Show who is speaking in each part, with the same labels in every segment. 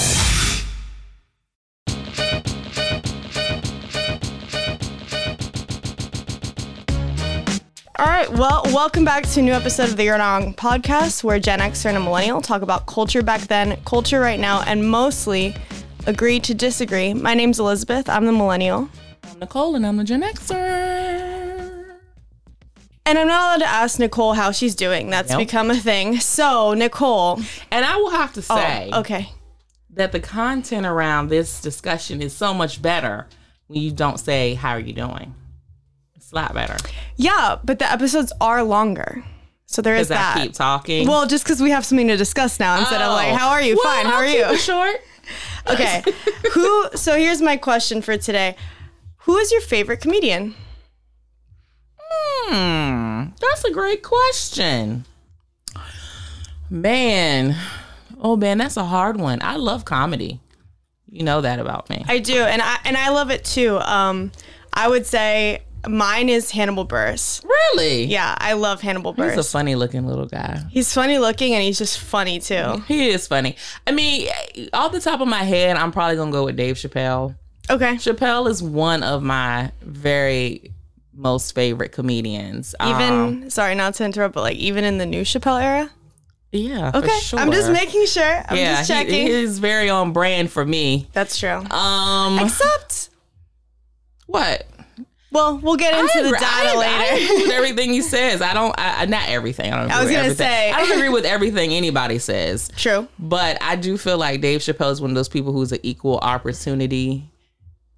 Speaker 1: radioinfluence.com.
Speaker 2: All right, well, welcome back to a new episode of the You're Not Wrong podcast, where Gen Xer and a millennial talk about culture back then, culture right now, and mostly agree to disagree. My name's Elizabeth. I'm the millennial,
Speaker 3: I'm Nicole and I'm the Gen Xer.
Speaker 2: and I'm not allowed to ask Nicole how she's doing. That's
Speaker 3: Nope.
Speaker 2: become a thing. So, Nicole,
Speaker 3: And I will have to say
Speaker 2: oh, okay,
Speaker 3: that the content around this discussion is so much better when you don't say, How are you doing? It's a lot better.
Speaker 2: yeah, but the episodes are longer, so there is
Speaker 3: Because
Speaker 2: that.
Speaker 3: I keep talking.
Speaker 2: well, just because we have something to discuss now instead of like,
Speaker 3: Oh.
Speaker 2: how are you?
Speaker 3: Well,
Speaker 2: Fine, how
Speaker 3: I'll
Speaker 2: are
Speaker 3: keep
Speaker 2: you?
Speaker 3: it short.
Speaker 2: Okay, who? So here's my question for today: Who is your favorite comedian?
Speaker 3: Hmm, that's a great question. Man, oh man, that's a hard one. I love comedy. You know that about me.
Speaker 2: I do, and I and I love it too. Um, I would say mine is Hannibal Buress.
Speaker 3: Really?
Speaker 2: Yeah, I love Hannibal
Speaker 3: He's a
Speaker 2: Buress.
Speaker 3: funny looking little guy.
Speaker 2: He's funny looking and he's just funny too.
Speaker 3: He is funny. I mean, off the top of my head, I'm probably gonna go with Dave Chappelle.
Speaker 2: Okay.
Speaker 3: Chappelle is one of my very most favorite comedians.
Speaker 2: Even
Speaker 3: Um,
Speaker 2: sorry, not to interrupt, but like even in the new Chappelle era.
Speaker 3: yeah, for
Speaker 2: Okay, I'm just
Speaker 3: sure.
Speaker 2: making sure. I'm
Speaker 3: yeah,
Speaker 2: just
Speaker 3: he-
Speaker 2: checking.
Speaker 3: he's very on brand for me.
Speaker 2: That's true.
Speaker 3: Um,
Speaker 2: Except,
Speaker 3: what?
Speaker 2: well, we'll get into the
Speaker 3: agree-
Speaker 2: data
Speaker 3: I
Speaker 2: later.
Speaker 3: agree with everything he says. I don't. I, I- not everything. I don't. Agree
Speaker 2: was
Speaker 3: with
Speaker 2: gonna
Speaker 3: everything.
Speaker 2: say.
Speaker 3: I don't agree with everything anybody says.
Speaker 2: True.
Speaker 3: But I do feel like Dave Chappelle is one of those people who's an equal opportunity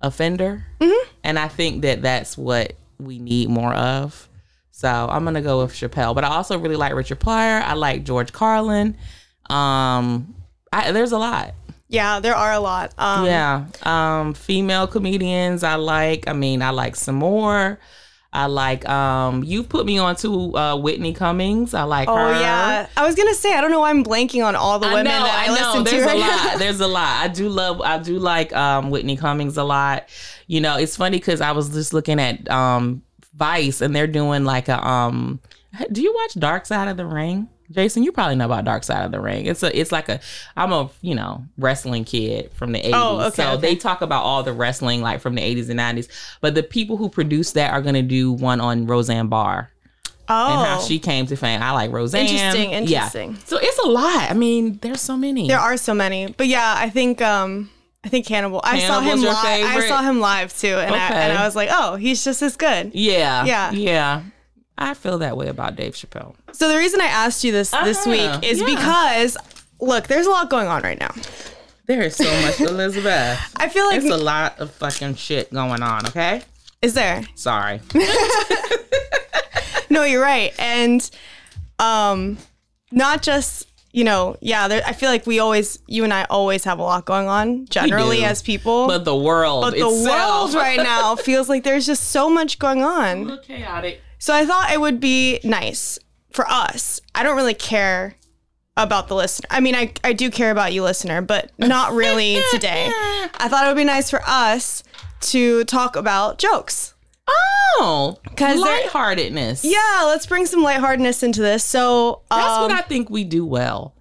Speaker 3: offender.
Speaker 2: Mm-hmm.
Speaker 3: And I think that that's what we need more of. So I'm going to go with Chappelle. But I also really like Richard Pryor. I like George Carlin. Um, I, there's a lot.
Speaker 2: Yeah, there are a lot. Um,
Speaker 3: Yeah. Um, female comedians I like. I mean, I like some more. I like um you put me on to uh Whitney Cummings. I like
Speaker 2: Oh
Speaker 3: her.
Speaker 2: yeah. I was gonna say I don't know why I'm blanking on all the women that I, listen
Speaker 3: There's
Speaker 2: to. right
Speaker 3: a
Speaker 2: now.
Speaker 3: lot. There's a lot. I do love. I do like um, Whitney Cummings a lot. You know, it's funny because I was just looking at um, Vice, and they're doing like a. Um, do you watch Dark Side of the Ring? Jason, you probably know about Dark Side of the Ring. It's a, it's like a, I'm a, you know, wrestling kid from the 80s.
Speaker 2: Oh, okay,
Speaker 3: so
Speaker 2: okay.
Speaker 3: they talk about all the wrestling like from the 80s and 90s. But the people who produce that are going to do one on Roseanne Barr
Speaker 2: Oh,
Speaker 3: and how she came to fame. I like Roseanne.
Speaker 2: Interesting,
Speaker 3: Yeah.
Speaker 2: interesting.
Speaker 3: So it's a lot. I mean, there's so many.
Speaker 2: There are so many, but yeah, I think um, I think Hannibal. I saw him
Speaker 3: Hannibal's your
Speaker 2: live. I
Speaker 3: favorite?
Speaker 2: saw him live too, and I, and
Speaker 3: Okay.
Speaker 2: I was like, oh, he's just as good.
Speaker 3: yeah.
Speaker 2: Yeah.
Speaker 3: Yeah. I feel that way about Dave Chappelle.
Speaker 2: So the reason I asked you this this
Speaker 3: Uh-huh,
Speaker 2: week is
Speaker 3: yeah.
Speaker 2: because look, there's a lot going on right now.
Speaker 3: There is so much, Elizabeth.
Speaker 2: I feel like
Speaker 3: It's a lot of fucking shit going on, okay?
Speaker 2: is there?
Speaker 3: Sorry.
Speaker 2: No, you're right, and um, not just you know, yeah. There, I feel like we always, you and I always have a lot going on generally
Speaker 3: do.
Speaker 2: as people,
Speaker 3: But the world.
Speaker 2: but the world right now feels like there's just so much going on.
Speaker 3: chaotic.
Speaker 2: So I thought it would be nice for us. I don't really care about the listener. I mean, I, I do care about you, listener, but not really today. I thought it would be nice for us to talk about jokes.
Speaker 3: Oh.
Speaker 2: 'Cause they're-
Speaker 3: lightheartedness.
Speaker 2: Yeah, let's bring some lightheartedness into this. So, um,
Speaker 3: That's what I think we do well.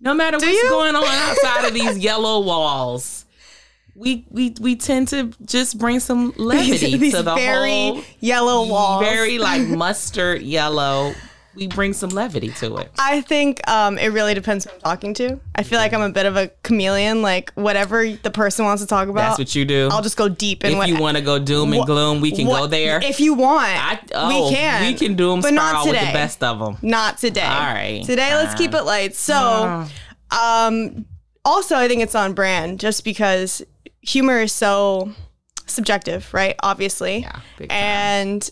Speaker 3: No matter what's
Speaker 2: you?
Speaker 3: going on outside of these yellow walls, we we we tend to just bring some levity
Speaker 2: these
Speaker 3: to the
Speaker 2: very
Speaker 3: whole
Speaker 2: yellow walls.
Speaker 3: very like mustard yellow. We bring some levity to it.
Speaker 2: I think um, it really depends who I'm talking to. I feel like I'm a bit of a chameleon. Like whatever the person wants to talk about,
Speaker 3: That's what you do.
Speaker 2: I'll just go deep in
Speaker 3: if
Speaker 2: what
Speaker 3: you want to go doom and
Speaker 2: Wha-
Speaker 3: gloom, we can go
Speaker 2: what-
Speaker 3: there.
Speaker 2: If you want,
Speaker 3: I, oh,
Speaker 2: we can.
Speaker 3: We can doom
Speaker 2: but not
Speaker 3: spiral with
Speaker 2: today.
Speaker 3: the best of them.
Speaker 2: Not today.
Speaker 3: All right.
Speaker 2: Today, let's keep it light. So,
Speaker 3: Ah.
Speaker 2: um, also, I think it's on brand just because humor is so subjective, right? Obviously.
Speaker 3: Yeah, big time.
Speaker 2: and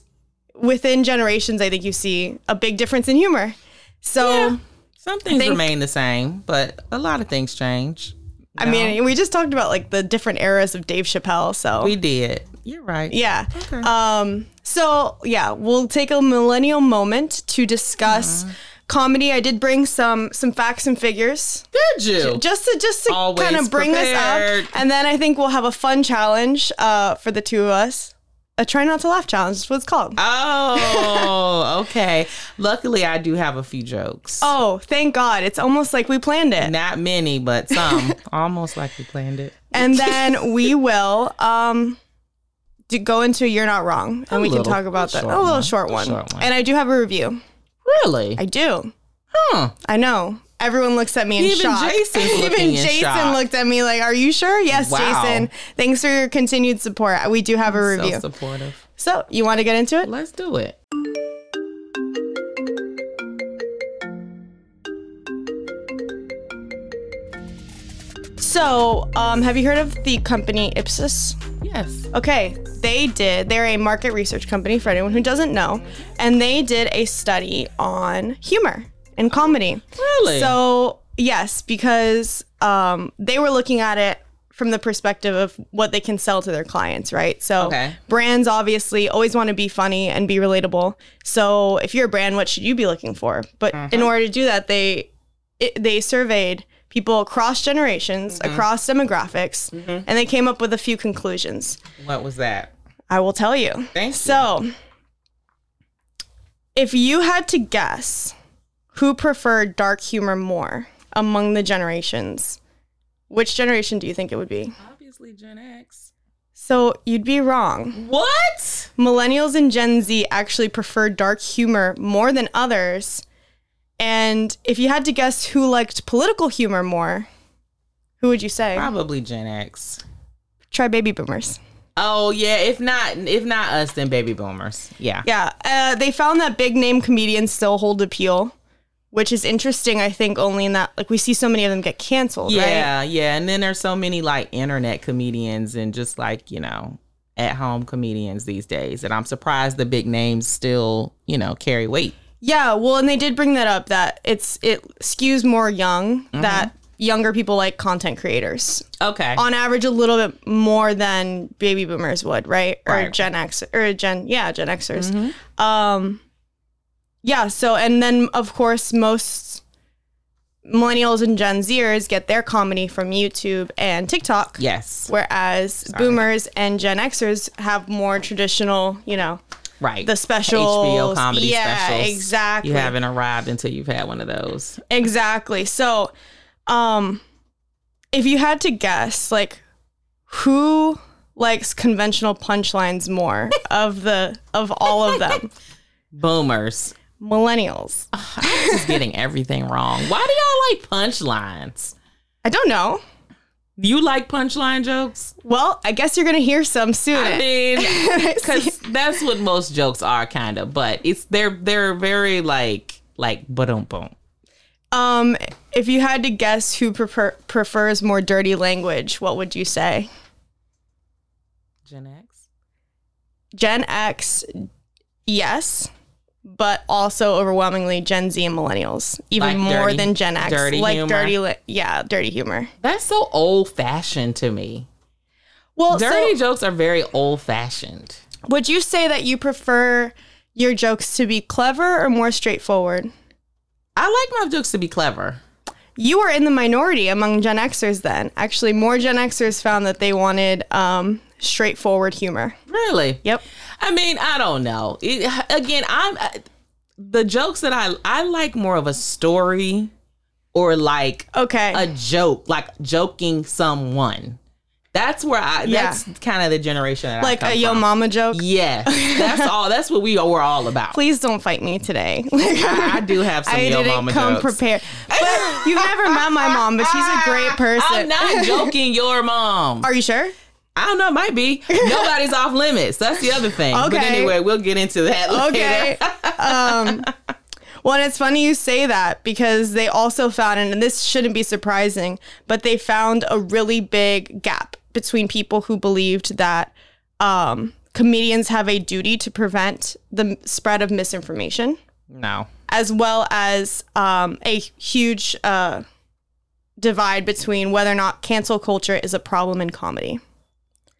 Speaker 2: within generations, I think you see a big difference in humor. So,
Speaker 3: Some things
Speaker 2: think-
Speaker 3: remain the same, but a lot of things change.
Speaker 2: I
Speaker 3: No,
Speaker 2: mean, we just talked about like the different eras of Dave Chappelle. So,
Speaker 3: we did. You're right.
Speaker 2: Yeah. Um, so yeah, we'll take a millennial moment to discuss comedy. I did bring some some facts and figures
Speaker 3: Did you?
Speaker 2: just to just to
Speaker 3: Always
Speaker 2: kind of bring
Speaker 3: prepared.
Speaker 2: this up, and then I think we'll have a fun challenge uh, for the two of us. a try not to laugh challenge. Is what it's called.
Speaker 3: Oh, okay. Luckily, I do have a few jokes.
Speaker 2: oh, thank God! It's almost like we planned it.
Speaker 3: Not many, but some. Almost like we planned it.
Speaker 2: and then we will um do, go into you're not wrong, and we
Speaker 3: little-
Speaker 2: can talk about that.
Speaker 3: little
Speaker 2: A
Speaker 3: short
Speaker 2: little
Speaker 3: one,
Speaker 2: short,
Speaker 3: little
Speaker 2: one.
Speaker 3: short one.
Speaker 2: And I do have a review.
Speaker 3: Really?
Speaker 2: I do.
Speaker 3: Huh.
Speaker 2: I know. Everyone looks at me in
Speaker 3: Even
Speaker 2: shock.
Speaker 3: Jason's looking
Speaker 2: Even
Speaker 3: in
Speaker 2: Jason
Speaker 3: shock.
Speaker 2: looked at me like, "Are you sure?" Yes,
Speaker 3: Wow.
Speaker 2: Jason. Thanks for your continued support. We do have a review.
Speaker 3: So supportive.
Speaker 2: so, you want to get into it?
Speaker 3: Let's do it.
Speaker 2: So, um, have you heard of the company Ipsos?
Speaker 3: Yes.
Speaker 2: Okay, they did. They're a market research company for anyone who doesn't know, and they did a study on humor and comedy.
Speaker 3: Really?
Speaker 2: So, yes, because um, they were looking at it from the perspective of what they can sell to their clients, right? So,
Speaker 3: Okay.
Speaker 2: brands obviously always want to be funny and be relatable. So, if you're a brand, what should you be looking for? But
Speaker 3: Mm-hmm.
Speaker 2: in order to do that, they it, they surveyed people across generations,
Speaker 3: Mm-hmm.
Speaker 2: across demographics, and they came up with a few conclusions.
Speaker 3: what was that?
Speaker 2: I will tell you.
Speaker 3: Thank
Speaker 2: So, if you had to guess who preferred dark humor more among the generations, which generation do you think it would be?
Speaker 3: Obviously, Gen X.
Speaker 2: So, you'd be wrong.
Speaker 3: What?
Speaker 2: Millennials and Gen Z actually prefer dark humor more than others. And if you had to guess who liked political humor more, who would you say?
Speaker 3: Probably Gen X.
Speaker 2: Try baby boomers.
Speaker 3: Oh yeah. If not, if not us, then baby boomers. Yeah.
Speaker 2: Yeah, uh, they found that big name comedians still hold appeal, which is interesting. I think only in that like we see so many of them get canceled. right?
Speaker 3: Yeah, yeah. And then there's so many like internet comedians and just like, you know, at home comedians these days. And I'm surprised the big names still, you know, carry weight.
Speaker 2: yeah. Well, and they did bring that up that it's it skews more young
Speaker 3: Mm-hmm.
Speaker 2: that younger people like content creators
Speaker 3: Okay.
Speaker 2: on average a little bit more than baby boomers would, right? Or
Speaker 3: Right. Mm-hmm.
Speaker 2: Gen X or Gen yeah Gen Xers. Um, yeah. So and then of course most. Millennials and Gen Zers get their comedy from YouTube and TikTok.
Speaker 3: yes.
Speaker 2: whereas boomers and gen xers have more traditional you know
Speaker 3: Right.
Speaker 2: the specials
Speaker 3: HBO comedy
Speaker 2: yeah
Speaker 3: specials.
Speaker 2: exactly
Speaker 3: You haven't arrived until you've had one of those.
Speaker 2: exactly so um if you had to guess like who likes conventional punchlines more of the of all of them
Speaker 3: Boomers.
Speaker 2: millennials
Speaker 3: Just getting everything wrong. Why do y'all like punchlines?
Speaker 2: i don't know
Speaker 3: Do you like punchline jokes?
Speaker 2: well i guess you're gonna hear some soon
Speaker 3: I mean, because that's what most jokes are, kind of. But it's they're they're very like like boom boom.
Speaker 2: um if you had to guess who prefer- prefers more dirty language what would you say
Speaker 3: Gen X.
Speaker 2: Gen X, yes, but also overwhelmingly Gen Z and millennials, even
Speaker 3: Like
Speaker 2: more
Speaker 3: dirty-
Speaker 2: than Gen X.
Speaker 3: dirty
Speaker 2: like
Speaker 3: humor?
Speaker 2: dirty, li- yeah, dirty humor.
Speaker 3: That's so old fashioned to me.
Speaker 2: Well,
Speaker 3: Dirty
Speaker 2: so
Speaker 3: jokes are very old fashioned.
Speaker 2: would you say that you prefer your jokes to be clever or more straightforward?
Speaker 3: I like my jokes to be clever.
Speaker 2: You were in the minority among Gen Xers then. Actually, more Gen Xers found that they wanted um, straightforward humor.
Speaker 3: Really?
Speaker 2: Yep.
Speaker 3: I mean, I don't know. It, again, I'm uh, the jokes that I I like more of a story or like
Speaker 2: Okay.
Speaker 3: a joke, like joking someone. That's where I.
Speaker 2: Yeah.
Speaker 3: That's kind of the generation that
Speaker 2: like
Speaker 3: I
Speaker 2: a
Speaker 3: come
Speaker 2: yo
Speaker 3: from.
Speaker 2: mama joke.
Speaker 3: Yes, that's all. That's what we were all about.
Speaker 2: Please don't fight me today. I
Speaker 3: I do have some
Speaker 2: I
Speaker 3: yo
Speaker 2: didn't
Speaker 3: mama
Speaker 2: come
Speaker 3: jokes.
Speaker 2: prepared. But you've never met my mom, but she's a great person.
Speaker 3: I'm not joking. Your mom.
Speaker 2: Are you sure?
Speaker 3: I don't know. Might be. Nobody's off limits. That's the other thing. But
Speaker 2: Okay.
Speaker 3: anyway, we'll get into that later.
Speaker 2: Okay. um, well, and it's funny you say that because they also found, and this shouldn't be surprising, but they found a really big gap between people who believed that um, comedians have a duty to prevent the m- spread of misinformation.
Speaker 3: No.
Speaker 2: as well as um, a huge uh, divide between whether or not cancel culture is a problem in comedy.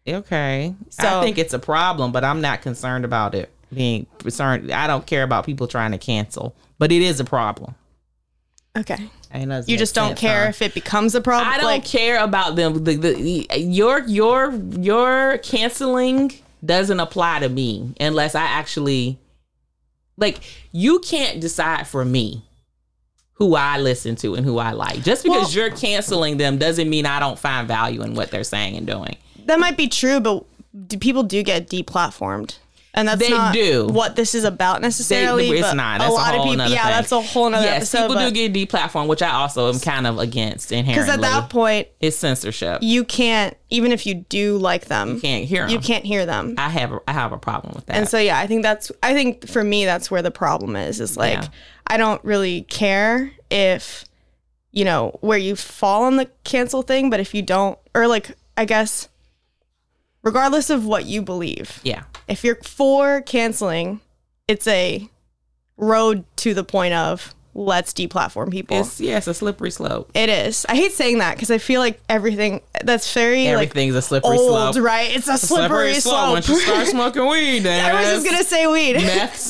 Speaker 3: Okay. I
Speaker 2: So-
Speaker 3: think it's a problem, but I'm not concerned about it being concerned. I don't care about people trying to cancel, but it is a problem.
Speaker 2: Okay.
Speaker 3: Ain't nothing
Speaker 2: You
Speaker 3: makes
Speaker 2: just don't
Speaker 3: sense,
Speaker 2: care
Speaker 3: huh?
Speaker 2: if it becomes a problem.
Speaker 3: I don't
Speaker 2: like,
Speaker 3: care about them. The, the, your your your canceling doesn't apply to me unless I actually like you can't decide for me who I listen to and who I like. Just because
Speaker 2: Well-
Speaker 3: you're canceling them doesn't mean I don't find value in what they're saying and doing.
Speaker 2: That might be true, but do, people do get deplatformed. And that's
Speaker 3: They
Speaker 2: not
Speaker 3: do.
Speaker 2: what this is about
Speaker 3: They-
Speaker 2: necessarily.
Speaker 3: it's
Speaker 2: but
Speaker 3: not. That's a, whole
Speaker 2: people,
Speaker 3: nother
Speaker 2: yeah,
Speaker 3: thing.
Speaker 2: that's a whole nother
Speaker 3: yes,
Speaker 2: episode.
Speaker 3: people do get deplatformed, which I also am kind of against
Speaker 2: because
Speaker 3: inherently.
Speaker 2: at that point,
Speaker 3: it's censorship. You
Speaker 2: you can't even if you do like them, you
Speaker 3: can't hear 'em.
Speaker 2: you can't hear them.
Speaker 3: I have I have a problem with that.
Speaker 2: And so yeah, I think that's I think for me that's where the problem is is like
Speaker 3: Yeah.
Speaker 2: I don't really care if you know where you fall on the cancel thing, but if you don't or like I guess regardless of what you believe,
Speaker 3: yeah.
Speaker 2: if you're for canceling, it's a road to the point of let's deplatform people.
Speaker 3: It's yeah, it's a slippery slope.
Speaker 2: It is. I hate saying that because I feel like everything that's very like
Speaker 3: Everything's a slippery
Speaker 2: old,
Speaker 3: slope.
Speaker 2: right? It's a slippery, slope.
Speaker 3: Once you start smoking weed, then
Speaker 2: I was just gonna say weed.
Speaker 3: meth's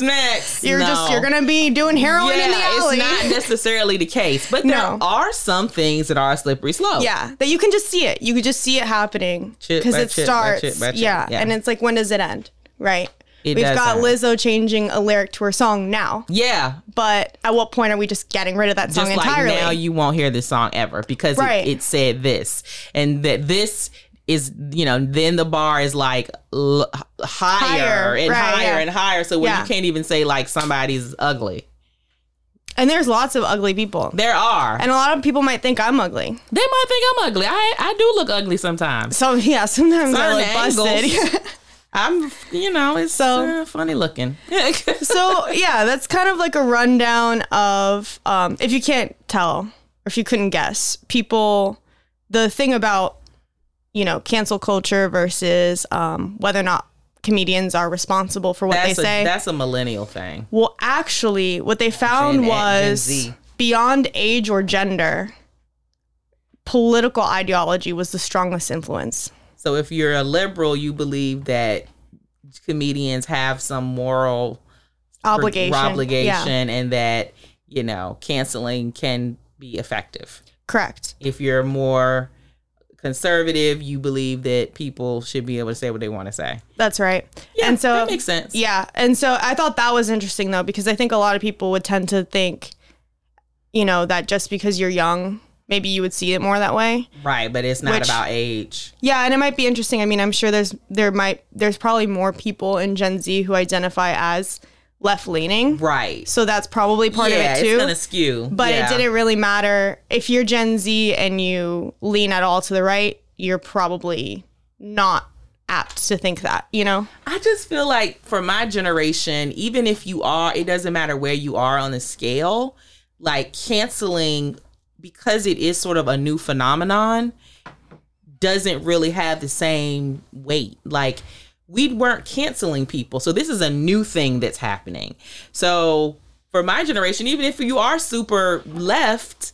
Speaker 3: next.
Speaker 2: You're
Speaker 3: No.
Speaker 2: just you're gonna be doing heroin
Speaker 3: yeah,
Speaker 2: in the alley.
Speaker 3: it's not necessarily the case, but there
Speaker 2: No.
Speaker 3: are some things that are a slippery slope.
Speaker 2: yeah, that you can just see it. You could just see it happening
Speaker 3: Chip
Speaker 2: because
Speaker 3: by
Speaker 2: it
Speaker 3: chip by
Speaker 2: starts.
Speaker 3: chip by chip,
Speaker 2: Yeah.
Speaker 3: yeah.
Speaker 2: and it's like when does it end? Right.
Speaker 3: It
Speaker 2: We've
Speaker 3: does
Speaker 2: got
Speaker 3: end.
Speaker 2: Lizzo changing a lyric to her song now,
Speaker 3: yeah.
Speaker 2: but at what point are we just getting rid of that song
Speaker 3: Just like
Speaker 2: entirely?
Speaker 3: now, you won't hear this song ever because
Speaker 2: Right.
Speaker 3: it, it said this, and that this is you know then the bar is like l- h- higher,
Speaker 2: Higher,
Speaker 3: and
Speaker 2: right,
Speaker 3: higher
Speaker 2: yeah.
Speaker 3: and higher. So when
Speaker 2: Yeah.
Speaker 3: you can't even say like somebody's ugly,
Speaker 2: and there's lots of ugly people,
Speaker 3: there are.
Speaker 2: and a lot of people might think I'm ugly.
Speaker 3: They might think I'm ugly. I I do look ugly sometimes.
Speaker 2: So yeah, sometimes I
Speaker 3: Certain
Speaker 2: look
Speaker 3: angles.
Speaker 2: busted.
Speaker 3: I'm, you know, it's
Speaker 2: So-
Speaker 3: uh, funny looking.
Speaker 2: so yeah, that's kind of like a rundown of um, if you can't tell or if you couldn't guess, people. The thing about you know cancel culture versus um, whether or not comedians are responsible for what
Speaker 3: that's
Speaker 2: they
Speaker 3: a,
Speaker 2: say.
Speaker 3: that's a millennial thing.
Speaker 2: Well, actually, what they found
Speaker 3: Gen- Gen
Speaker 2: was
Speaker 3: Z.
Speaker 2: beyond age or gender, political ideology was the strongest influence.
Speaker 3: So if you're a liberal, you believe that comedians have some moral
Speaker 2: Obligation.
Speaker 3: obligation
Speaker 2: Yeah,
Speaker 3: and that, you know, canceling can be effective.
Speaker 2: correct.
Speaker 3: If you're more conservative, you believe that people should be able to say what they want to say.
Speaker 2: That's right.
Speaker 3: Yeah,
Speaker 2: and so
Speaker 3: that makes sense.
Speaker 2: Yeah. And so I thought that was interesting though, because I think a lot of people would tend to think, you know, that just because you're young, maybe you would see it more that way.
Speaker 3: Right, but it's not
Speaker 2: Which-
Speaker 3: about age.
Speaker 2: Yeah, and it might be interesting. I mean, I'm sure there's there might there's probably more people in Gen Z who identify as left leaning.
Speaker 3: Right.
Speaker 2: So that's probably part
Speaker 3: yeah,
Speaker 2: of it too.
Speaker 3: it's gonna skew.
Speaker 2: but
Speaker 3: Yeah.
Speaker 2: it didn't really matter. If you're Gen Z and you lean at all to the right, you're probably not apt to think that, you know?
Speaker 3: I just feel like for my generation, even if you are, it doesn't matter where you are on the scale, like canceling because it is sort of a new phenomenon doesn't really have the same weight. Like we weren't canceling people. So this is a new thing that's happening. So for my generation, even if you are super left,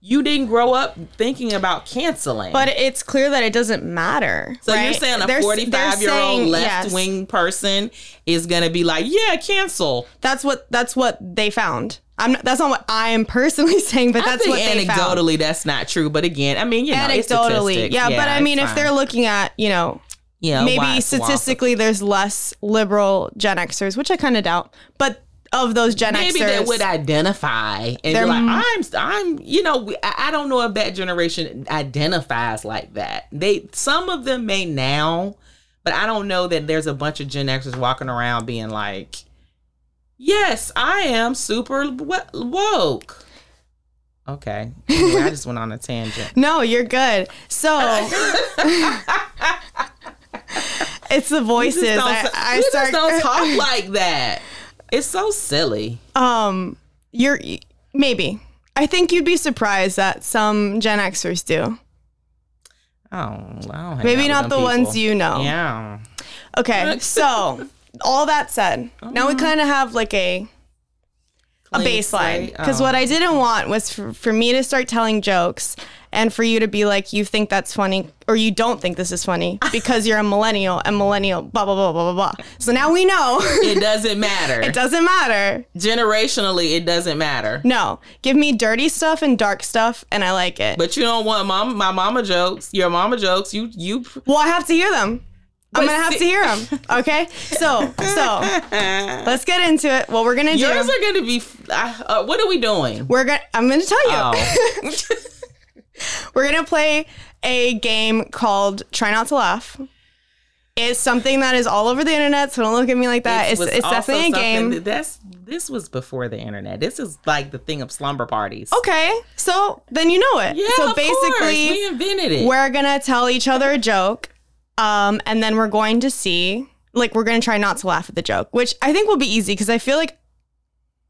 Speaker 3: you didn't grow up thinking about canceling.
Speaker 2: But it's clear that it doesn't matter.
Speaker 3: So you're
Speaker 2: right?
Speaker 3: saying
Speaker 2: They're
Speaker 3: a
Speaker 2: s- they're
Speaker 3: 45 year old
Speaker 2: saying-
Speaker 3: left
Speaker 2: yes.
Speaker 3: wing person is gonna be like, yeah, cancel.
Speaker 2: That's what that's what they found. I'm not, that's not what I am personally saying, but that's
Speaker 3: I
Speaker 2: what
Speaker 3: think
Speaker 2: they found.
Speaker 3: anecdotally that's not true, but again, I mean, you know, it's
Speaker 2: Anecdotally,
Speaker 3: statistics.
Speaker 2: yeah, But I
Speaker 3: it's
Speaker 2: mean, if
Speaker 3: fine.
Speaker 2: they're looking at you know
Speaker 3: you know, why
Speaker 2: maybe
Speaker 3: it's waffle.
Speaker 2: statistically there's less liberal Gen Xers, which I kind of doubt, but of those Gen
Speaker 3: maybe
Speaker 2: Xers,
Speaker 3: they would identify and be
Speaker 2: They're
Speaker 3: like,
Speaker 2: m-
Speaker 3: I'm, I'm, you know, we- I I don't know if that generation identifies like that. They, some of them may now, but I don't know that there's a bunch of Gen Xers walking around being like, yes, I am super wo- woke. Okay. Anyway, I just went on a tangent.
Speaker 2: no, you're good. So it's the voices.
Speaker 3: Just don't-
Speaker 2: I, I
Speaker 3: we just
Speaker 2: start
Speaker 3: don't talk like that. It's so silly.
Speaker 2: um you're maybe i think you'd be surprised that some gen xers do
Speaker 3: Oh, I don't hang
Speaker 2: maybe
Speaker 3: out
Speaker 2: not
Speaker 3: with
Speaker 2: the
Speaker 3: them
Speaker 2: ones
Speaker 3: people.
Speaker 2: you know
Speaker 3: Yeah.
Speaker 2: okay so all that said now we kind of have like a a
Speaker 3: Uh-huh. Clean
Speaker 2: baseline
Speaker 3: slate.
Speaker 2: because
Speaker 3: Oh.
Speaker 2: what i didn't want was for, for me to start telling jokes and for you to be like you think that's funny or you don't think this is funny because you're a millennial and millennial blah blah blah blah blah blah so now we know
Speaker 3: It doesn't matter.
Speaker 2: it doesn't matter
Speaker 3: Generationally, it doesn't matter.
Speaker 2: no give me dirty stuff and dark stuff and i like it
Speaker 3: But you don't want mom, my mama jokes, your mama jokes. You you
Speaker 2: well i have to hear them I'm gonna have to hear them. Okay, so so let's get into it. What we're gonna do?
Speaker 3: Yours are gonna be. I- Uh, what are we doing?
Speaker 2: we're gonna. I'm gonna tell you.
Speaker 3: Oh,
Speaker 2: We're gonna play a game called Try Not to Laugh. It's something that is all over the internet, so don't look at me like that.
Speaker 3: this
Speaker 2: Uh, It's,
Speaker 3: was
Speaker 2: it's
Speaker 3: also
Speaker 2: definitely a
Speaker 3: something
Speaker 2: game.
Speaker 3: that- That's this was before the internet. This is like the thing of slumber parties.
Speaker 2: okay, so then you know it.
Speaker 3: Yeah,
Speaker 2: so
Speaker 3: of course.
Speaker 2: basically,
Speaker 3: we invented it.
Speaker 2: we're gonna tell each other a joke, um, and then we're going to see. Like, we're gonna try not to laugh at the joke, which I think will be easy because I feel like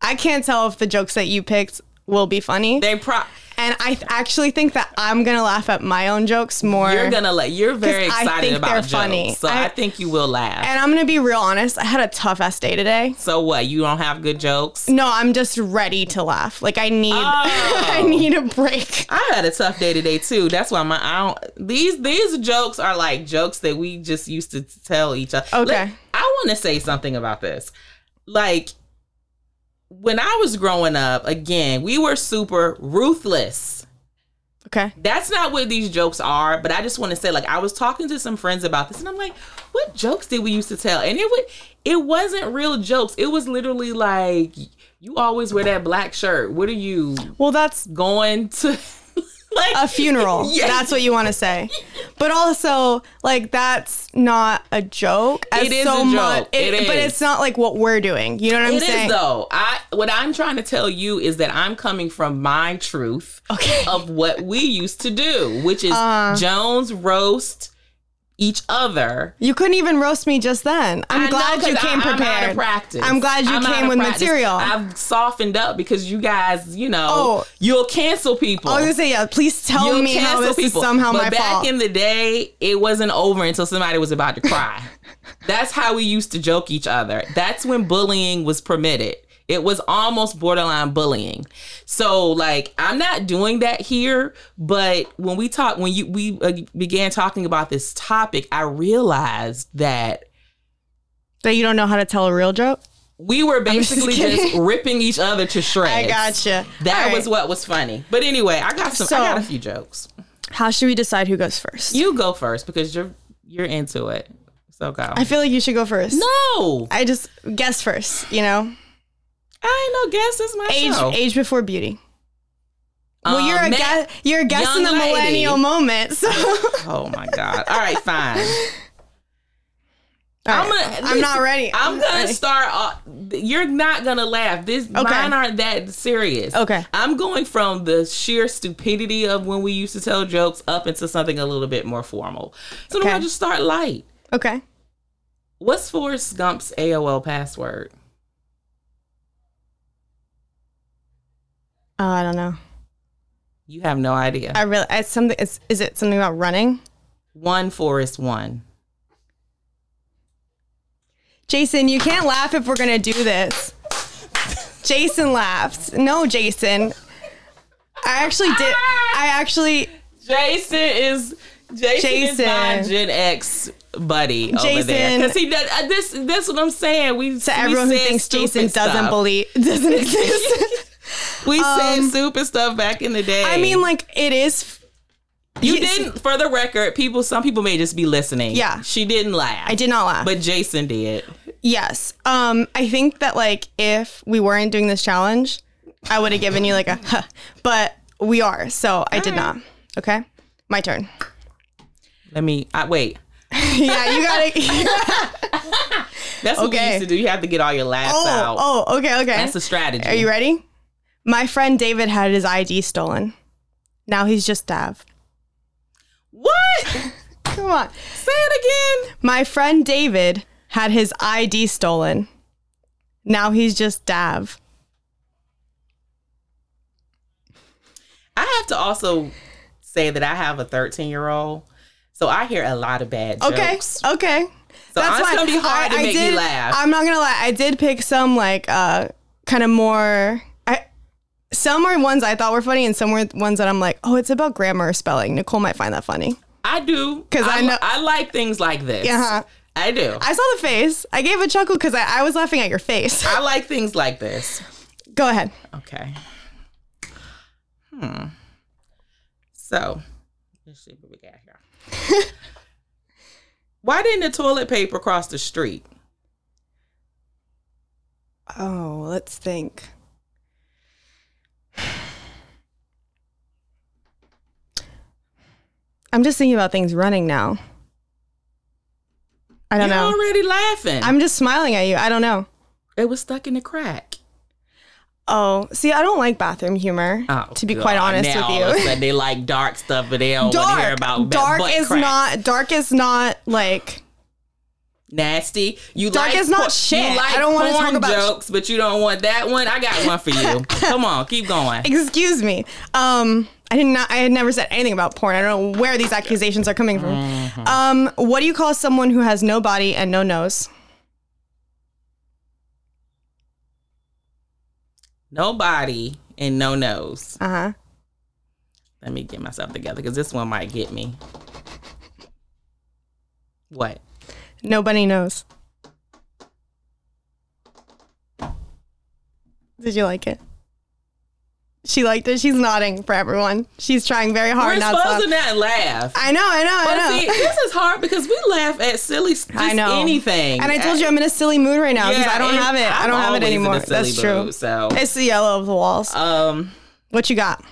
Speaker 2: I can't tell if the jokes that you picked will be funny,
Speaker 3: they pro.
Speaker 2: and I th- actually think that I'm gonna laugh at my own jokes more.
Speaker 3: You're gonna like. You're very
Speaker 2: 'Cause I
Speaker 3: excited
Speaker 2: think
Speaker 3: about
Speaker 2: they're
Speaker 3: jokes,
Speaker 2: funny.
Speaker 3: so I,
Speaker 2: I-
Speaker 3: think you will laugh.
Speaker 2: and I'm gonna be real honest. I had a tough ass day today.
Speaker 3: so what? You don't have good jokes.
Speaker 2: No, I'm just ready to laugh. Like I need,
Speaker 3: Oh.
Speaker 2: I need a break.
Speaker 3: I had a tough day today too. That's why my I don't these these jokes are like jokes that we just used to tell each other.
Speaker 2: Okay.
Speaker 3: Let- I want to say something about this. Like when I was growing up, again, we were super ruthless.
Speaker 2: Okay.
Speaker 3: That's not what these jokes are, but I just want to say like I was talking to some friends about this and I'm like, what jokes did we used to tell? And it would it wasn't real jokes. It was literally like you always wear that black shirt. What are you
Speaker 2: Well, that's
Speaker 3: going to like
Speaker 2: a funeral.
Speaker 3: Yeah.
Speaker 2: That's what you want to say. But also, like that's not a joke. as
Speaker 3: It is
Speaker 2: so
Speaker 3: a
Speaker 2: much-
Speaker 3: joke. It
Speaker 2: But
Speaker 3: is.
Speaker 2: it's not like what we're doing. You know what I'm
Speaker 3: It is
Speaker 2: saying?
Speaker 3: though. I what I'm trying to tell you is that I'm coming from my truth
Speaker 2: Okay. Uh-huh.
Speaker 3: of what we used to do, which is Jones roast each other.
Speaker 2: You couldn't even roast me just then. I'm
Speaker 3: I
Speaker 2: glad
Speaker 3: know, 'cause
Speaker 2: you came
Speaker 3: I,
Speaker 2: prepared.
Speaker 3: I'm out of practice.
Speaker 2: I'm glad you
Speaker 3: I'm out
Speaker 2: came
Speaker 3: of
Speaker 2: with
Speaker 3: practice.
Speaker 2: material. I,
Speaker 3: I've softened up because you guys, you know,
Speaker 2: Oh.
Speaker 3: you'll cancel people.
Speaker 2: was gonna say, yeah. Please tell
Speaker 3: You'll
Speaker 2: me how
Speaker 3: cancel
Speaker 2: this
Speaker 3: people.
Speaker 2: is somehow
Speaker 3: but
Speaker 2: my
Speaker 3: back
Speaker 2: fault.
Speaker 3: in the day, it wasn't over until somebody was about to cry. That's how we used to joke each other. That's when bullying was permitted. It was almost borderline bullying. So like I'm not doing that here, but when we talk when you we uh, began talking about this topic, I realized that
Speaker 2: that you don't know how to tell a real joke.
Speaker 3: we were basically just,
Speaker 2: kidding.
Speaker 3: ripping each other to shreds.
Speaker 2: I gotcha.
Speaker 3: That
Speaker 2: All right.
Speaker 3: was what was funny. But anyway, I got some
Speaker 2: So-
Speaker 3: I got a few jokes.
Speaker 2: How should we decide who goes first?
Speaker 3: You go first because you're you're into it. So go.
Speaker 2: I feel like you should go first.
Speaker 3: no,
Speaker 2: I just guess first, you know.
Speaker 3: I ain't no guess. It's my
Speaker 2: Age
Speaker 3: show.
Speaker 2: age before beauty. Well,
Speaker 3: Um,
Speaker 2: you're a
Speaker 3: ma-
Speaker 2: guess. You're a guess in the
Speaker 3: young lady.
Speaker 2: millennial moment. So
Speaker 3: Oh my god! All right, fine.
Speaker 2: All
Speaker 3: I'm,
Speaker 2: right.
Speaker 3: gonna,
Speaker 2: I'm not ready.
Speaker 3: I'm gonna
Speaker 2: ready.
Speaker 3: start. Off, you're not gonna laugh. This mine aren't that serious.
Speaker 2: Okay.
Speaker 3: I'm going from the sheer stupidity of when we used to tell jokes up into something a little bit more formal. So then I
Speaker 2: Okay.
Speaker 3: just start light.
Speaker 2: Okay.
Speaker 3: What's Forrest Gump's AOL password?
Speaker 2: Oh, I don't know.
Speaker 3: You have no idea.
Speaker 2: I really. It's something. It's, is it something about running?
Speaker 3: one Forrest one.
Speaker 2: Jason, you can't laugh if we're gonna do this. Jason laughs. No, Jason. I actually did. I actually.
Speaker 3: Jason is Jason, is
Speaker 2: Jason.
Speaker 3: my Gen X buddy over there
Speaker 2: Jason.
Speaker 3: because he does. Uh, this that's what I'm saying. We
Speaker 2: To everyone who thinks Jason doesn't believe doesn't exist.
Speaker 3: we said stupid stuff back in the day.
Speaker 2: um, I mean, like it is.
Speaker 3: you
Speaker 2: Yes.
Speaker 3: didn't. For the record, people some people may just be listening.
Speaker 2: Yeah.
Speaker 3: she didn't laugh.
Speaker 2: I did not laugh.
Speaker 3: but Jason did.
Speaker 2: Yes. Um, I think that like if we weren't doing this challenge, I would have given you like a huh, but we are, so I did not. Okay. My turn.
Speaker 3: Let me I, wait.
Speaker 2: yeah, you gotta
Speaker 3: That's what we
Speaker 2: Okay.
Speaker 3: used to do. You have to get all your laughs out.
Speaker 2: Oh, oh, okay, okay.
Speaker 3: That's the strategy.
Speaker 2: are you ready? My friend David had his ID stolen. Now he's just Dav.
Speaker 3: What?
Speaker 2: Come on.
Speaker 3: Say it again.
Speaker 2: My friend David had his ID stolen. Now he's just Dav.
Speaker 3: I have to also say that I have a 13 year old, so I hear a lot of bad jokes.
Speaker 2: Okay. Okay.
Speaker 3: So it's gonna be hard to make me
Speaker 2: did,
Speaker 3: laugh.
Speaker 2: I'm not gonna lie. I did pick some like uh kind of more. I some are ones I thought were funny, and some were ones that I'm like, oh, it's about grammar or spelling. Nicole might find that funny.
Speaker 3: I do
Speaker 2: 'Cause I
Speaker 3: I'm-
Speaker 2: know-
Speaker 3: I like things like this.
Speaker 2: Uh-huh.
Speaker 3: I do. I,
Speaker 2: I saw the face. I gave a chuckle because I, I was laughing at your face.
Speaker 3: like things like this.
Speaker 2: Go ahead.
Speaker 3: Okay. Hmm. So let's see what we got here. Why didn't the toilet paper cross the street?
Speaker 2: Oh, let's think. I'm just thinking about things running now. I don't
Speaker 3: You're
Speaker 2: know.
Speaker 3: already laughing.
Speaker 2: I'm just smiling at you. I don't know.
Speaker 3: it was stuck in the crack.
Speaker 2: Oh, see, I don't like bathroom humor.
Speaker 3: Oh,
Speaker 2: to be
Speaker 3: God.
Speaker 2: quite honest
Speaker 3: now all of a
Speaker 2: with you,
Speaker 3: sudden they like dark stuff, but they don't want to hear
Speaker 2: dark,
Speaker 3: about ba-
Speaker 2: dark
Speaker 3: butt
Speaker 2: is
Speaker 3: crack.
Speaker 2: not dark is not like
Speaker 3: nasty. You
Speaker 2: Dark
Speaker 3: like
Speaker 2: is not
Speaker 3: por-
Speaker 2: shit.
Speaker 3: You like
Speaker 2: I don't wanna
Speaker 3: porn
Speaker 2: talk about-
Speaker 3: jokes, but you don't want that one. I got one for you. Come on, keep going.
Speaker 2: excuse me. Um, I did not. I had never said anything about porn. I don't know where these accusations are coming from.
Speaker 3: Mm-hmm.
Speaker 2: Um, what do you call someone who has no body and no nose?
Speaker 3: Nobody and no nose.
Speaker 2: Uh huh.
Speaker 3: Let me get myself together because this one might get me. What?
Speaker 2: Nobody knows. Did you like it? She liked it. She's nodding for everyone. She's trying very hard
Speaker 3: We're
Speaker 2: not to.
Speaker 3: supposed
Speaker 2: laugh.
Speaker 3: to not laugh.
Speaker 2: I know, I know,
Speaker 3: But
Speaker 2: I
Speaker 3: see,
Speaker 2: know.
Speaker 3: this is hard because we laugh at silly just
Speaker 2: I know.
Speaker 3: anything.
Speaker 2: and I told you I'm in a silly mood right now because I don't
Speaker 3: and
Speaker 2: have it. I
Speaker 3: I'm
Speaker 2: don't have
Speaker 3: always
Speaker 2: it
Speaker 3: in a
Speaker 2: anymore.
Speaker 3: silly
Speaker 2: That's true.
Speaker 3: mood, so
Speaker 2: It's the yellow of the walls.
Speaker 3: um
Speaker 2: What you got?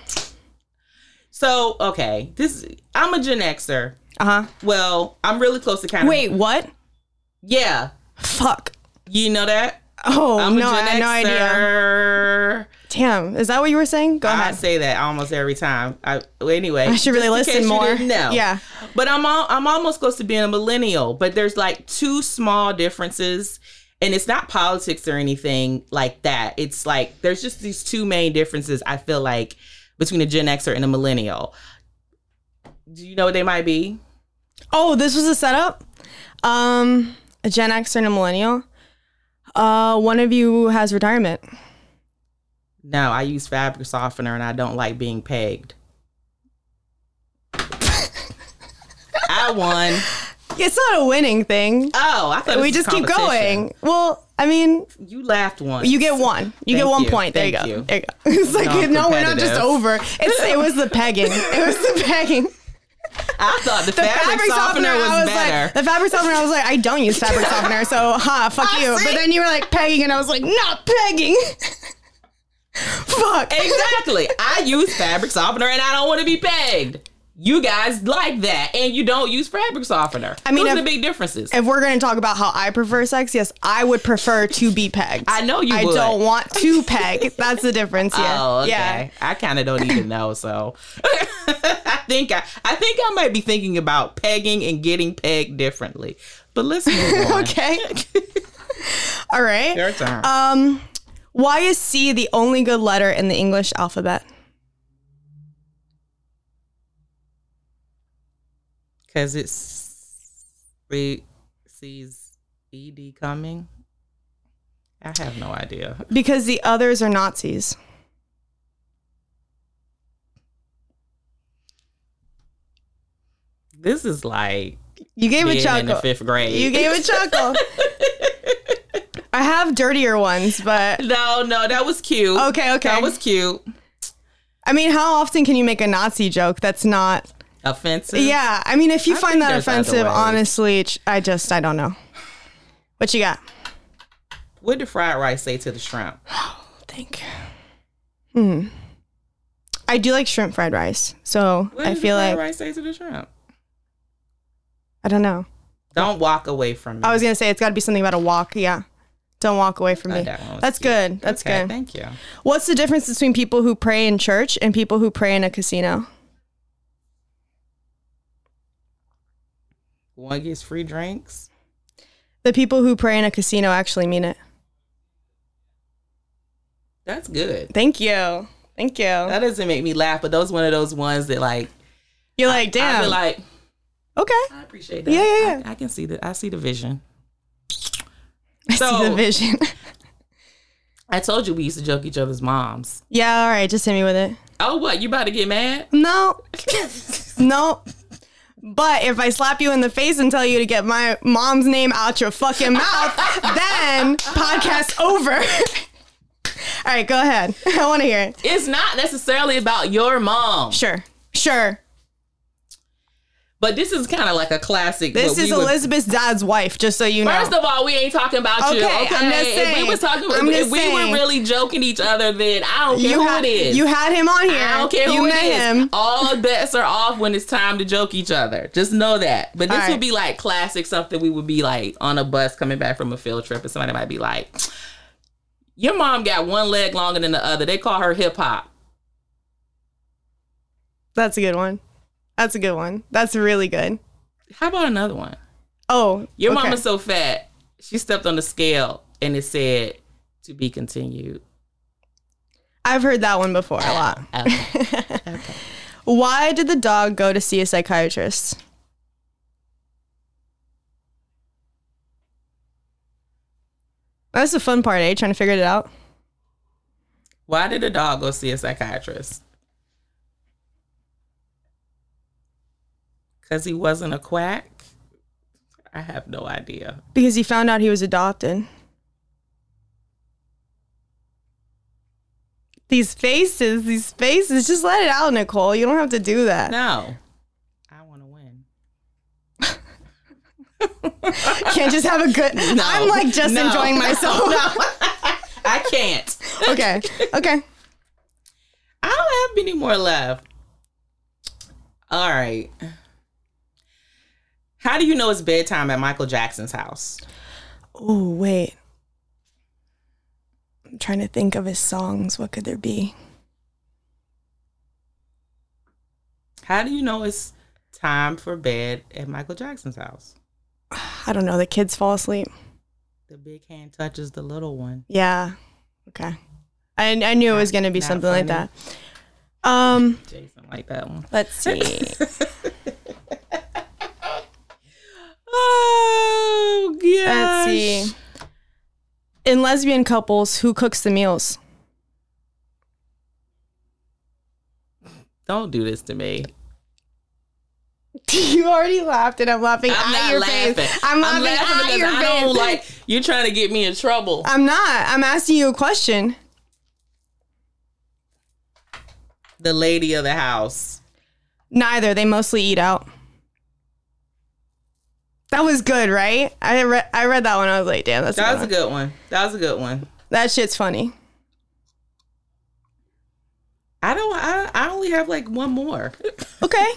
Speaker 3: so okay. This I'm a Gen Xer.
Speaker 2: Uh huh.
Speaker 3: Well, I'm really close to kind
Speaker 2: Wait, what?
Speaker 3: of Yeah.
Speaker 2: Fuck.
Speaker 3: You know that?
Speaker 2: Oh
Speaker 3: I'm
Speaker 2: no,
Speaker 3: a
Speaker 2: I
Speaker 3: Gen
Speaker 2: had no idea.
Speaker 3: Xer.
Speaker 2: Damn, is that what you were saying? Go
Speaker 3: I
Speaker 2: ahead.
Speaker 3: say that almost every time. I well, anyway.
Speaker 2: I should really
Speaker 3: just
Speaker 2: listen
Speaker 3: in case you
Speaker 2: more.
Speaker 3: didn't know.
Speaker 2: Yeah.
Speaker 3: But I'm all, I'm almost close to being a millennial, but there's like two small differences and it's not politics or anything like that. It's like there's just these two main differences I feel like between a Gen Xer and a millennial. Do you know what they might be?
Speaker 2: Oh, this was a setup. Um, a Gen X and a millennial. Uh, one of you has retirement.
Speaker 3: No, I use fabric softener and I don't like being pegged. I won.
Speaker 2: It's not a winning thing.
Speaker 3: Oh, I thought
Speaker 2: we
Speaker 3: this was
Speaker 2: just keep
Speaker 3: competition.
Speaker 2: going. Well, I mean,
Speaker 3: You laughed once.
Speaker 2: you get one. You get
Speaker 3: Thank
Speaker 2: one
Speaker 3: you.
Speaker 2: point. There you go.
Speaker 3: Thank you.
Speaker 2: There you go. It's like no, we're not just
Speaker 3: Non-competitive.
Speaker 2: over. It's it was the pegging. It was the pegging.
Speaker 3: I thought the,
Speaker 2: The
Speaker 3: fabric, softener, was,
Speaker 2: I was
Speaker 3: better.
Speaker 2: like, the fabric softener. I was like, I don't use fabric softener, so ha, fuck
Speaker 3: I
Speaker 2: you.
Speaker 3: see.
Speaker 2: But then you were like pegging, and I was like, not pegging. fuck.
Speaker 3: exactly. I use fabric softener and I don't want to be pegged. You guys like that, and you don't use fabric softener. I
Speaker 2: mean,
Speaker 3: mean, those are
Speaker 2: if-
Speaker 3: the big differences.
Speaker 2: if we're gonna talk about how I prefer sex, yes, I would prefer to be pegged.
Speaker 3: I know you
Speaker 2: I
Speaker 3: would.
Speaker 2: don't want to peg. That's the difference. Yeah.
Speaker 3: Oh, okay.
Speaker 2: Yeah.
Speaker 3: I kind of don't even know. So I think I, I think I might be thinking about pegging and getting pegged differently. But let's move on.
Speaker 2: Okay. All right.
Speaker 3: Your turn.
Speaker 2: Um, why is C the only good letter in the English alphabet?
Speaker 3: Because it's it sees ed coming. I have no idea.
Speaker 2: Because the others are Nazis.
Speaker 3: This is like
Speaker 2: You gave a
Speaker 3: being in the
Speaker 2: chuckle.
Speaker 3: fifth grade.
Speaker 2: You gave a chuckle. I have dirtier ones, but
Speaker 3: no, no, that was cute.
Speaker 2: Okay, okay.
Speaker 3: that was cute.
Speaker 2: I mean, how often can you make a Nazi joke that's not?
Speaker 3: Offensive.
Speaker 2: Yeah, I mean, if you
Speaker 3: I
Speaker 2: find
Speaker 3: think
Speaker 2: that
Speaker 3: there's other
Speaker 2: offensive,
Speaker 3: ways.
Speaker 2: honestly, it- I just I don't know. What you got?
Speaker 3: What did fried rice say to the shrimp?
Speaker 2: Thank. Hmm. I do like shrimp fried rice, so
Speaker 3: What
Speaker 2: I
Speaker 3: did
Speaker 2: feel
Speaker 3: the fried
Speaker 2: like
Speaker 3: rice say to the shrimp.
Speaker 2: I don't know.
Speaker 3: Don't walk away from me.
Speaker 2: I was gonna say it's got to be something about a walk. Yeah, don't walk away from
Speaker 3: Oh,
Speaker 2: me.
Speaker 3: that one was
Speaker 2: That's
Speaker 3: cute.
Speaker 2: good. That's
Speaker 3: okay,
Speaker 2: good.
Speaker 3: Thank you.
Speaker 2: What's the difference between people who pray in church and people who pray in a casino?
Speaker 3: One gets free drinks.
Speaker 2: The people who pray in a casino actually mean it.
Speaker 3: That's good.
Speaker 2: Thank you. Thank you.
Speaker 3: That doesn't make me laugh, but those one of those ones that like
Speaker 2: You're like,
Speaker 3: I
Speaker 2: damn.
Speaker 3: feel like
Speaker 2: okay.
Speaker 3: I appreciate that.
Speaker 2: Yeah, yeah,
Speaker 3: I, I can see the I see the vision.
Speaker 2: I see the
Speaker 3: So
Speaker 2: vision.
Speaker 3: I told you we used to joke each other's moms.
Speaker 2: yeah. All right. Just hit me with it.
Speaker 3: Oh, what? You about to get mad?
Speaker 2: No. no. But if I slap you in the face and tell you to get my mom's name out your fucking mouth, then podcast over. All right, go ahead. I want to hear it.
Speaker 3: It's not necessarily about your mom.
Speaker 2: Sure. Sure.
Speaker 3: But this is kind of like a classic.
Speaker 2: This
Speaker 3: what we
Speaker 2: is
Speaker 3: would-
Speaker 2: Elizabeth's dad's wife, just so you know.
Speaker 3: First of all, we ain't talking about you.
Speaker 2: Okay,
Speaker 3: Okay,
Speaker 2: I'm just
Speaker 3: if
Speaker 2: saying.
Speaker 3: we was talking,
Speaker 2: I'm
Speaker 3: if
Speaker 2: just
Speaker 3: we
Speaker 2: saying.
Speaker 3: were really joking each other, then I don't care
Speaker 2: you
Speaker 3: who
Speaker 2: had
Speaker 3: it is.
Speaker 2: you had him on here.
Speaker 3: I don't care
Speaker 2: you
Speaker 3: who it
Speaker 2: met
Speaker 3: is.
Speaker 2: him.
Speaker 3: All bets are off when it's time to joke each other. Just know that. But this
Speaker 2: All right.
Speaker 3: would be like classic something we would be like on a bus coming back from a field trip, and somebody might be like, "Your mom got one leg longer than the other. They call her hip hop."
Speaker 2: That's a good one. That's a good one. That's really good.
Speaker 3: How about another one?
Speaker 2: Oh,
Speaker 3: Your
Speaker 2: okay.
Speaker 3: mama's so fat, she stepped on the scale and it said to be continued.
Speaker 2: I've heard that one before a lot.
Speaker 3: Okay.
Speaker 2: Why did the dog go to see a psychiatrist? That's the fun part, eh? Trying to figure it out.
Speaker 3: Why did a dog go see a psychiatrist? Because he wasn't a quack? I have no idea.
Speaker 2: Because he found out he was adopted. These faces, these faces. Just let it out, Nicole. You don't have to do that.
Speaker 3: No. I want to win.
Speaker 2: Can't just have a good.
Speaker 3: No.
Speaker 2: I'm like just
Speaker 3: No.
Speaker 2: enjoying myself.
Speaker 3: I can't.
Speaker 2: okay. Okay.
Speaker 3: I don't have any more left. All right. How do you know it's bedtime at Michael Jackson's house?
Speaker 2: Oh, wait. I'm trying to think of his songs. What could there be?
Speaker 3: How do you know it's time for bed at Michael Jackson's house?
Speaker 2: I don't know. The kids fall asleep.
Speaker 3: The big hand touches the little one.
Speaker 2: Yeah. Okay. I, I knew it was going to be
Speaker 3: Not
Speaker 2: something like
Speaker 3: funny.
Speaker 2: that. Um,
Speaker 3: Jason like that one.
Speaker 2: let's see.
Speaker 3: Oh yeah.
Speaker 2: let's see. In lesbian couples, who cooks the meals?
Speaker 3: Don't do this to me.
Speaker 2: you already laughed, and I'm laughing
Speaker 3: I'm
Speaker 2: at
Speaker 3: not
Speaker 2: your
Speaker 3: laughing.
Speaker 2: face. I'm laughing, at
Speaker 3: because
Speaker 2: your
Speaker 3: I
Speaker 2: face.
Speaker 3: don't like you're trying to get me in trouble.
Speaker 2: I'm not. I'm asking you a question.
Speaker 3: The lady of the house.
Speaker 2: Neither. They mostly eat out. That was good, right? I read I read that one. I was like, damn, that's
Speaker 3: That
Speaker 2: a
Speaker 3: was a
Speaker 2: good.
Speaker 3: good one. That was a good one.
Speaker 2: one. That shit's funny.
Speaker 3: I don't. I, I only have like one more.
Speaker 2: Okay.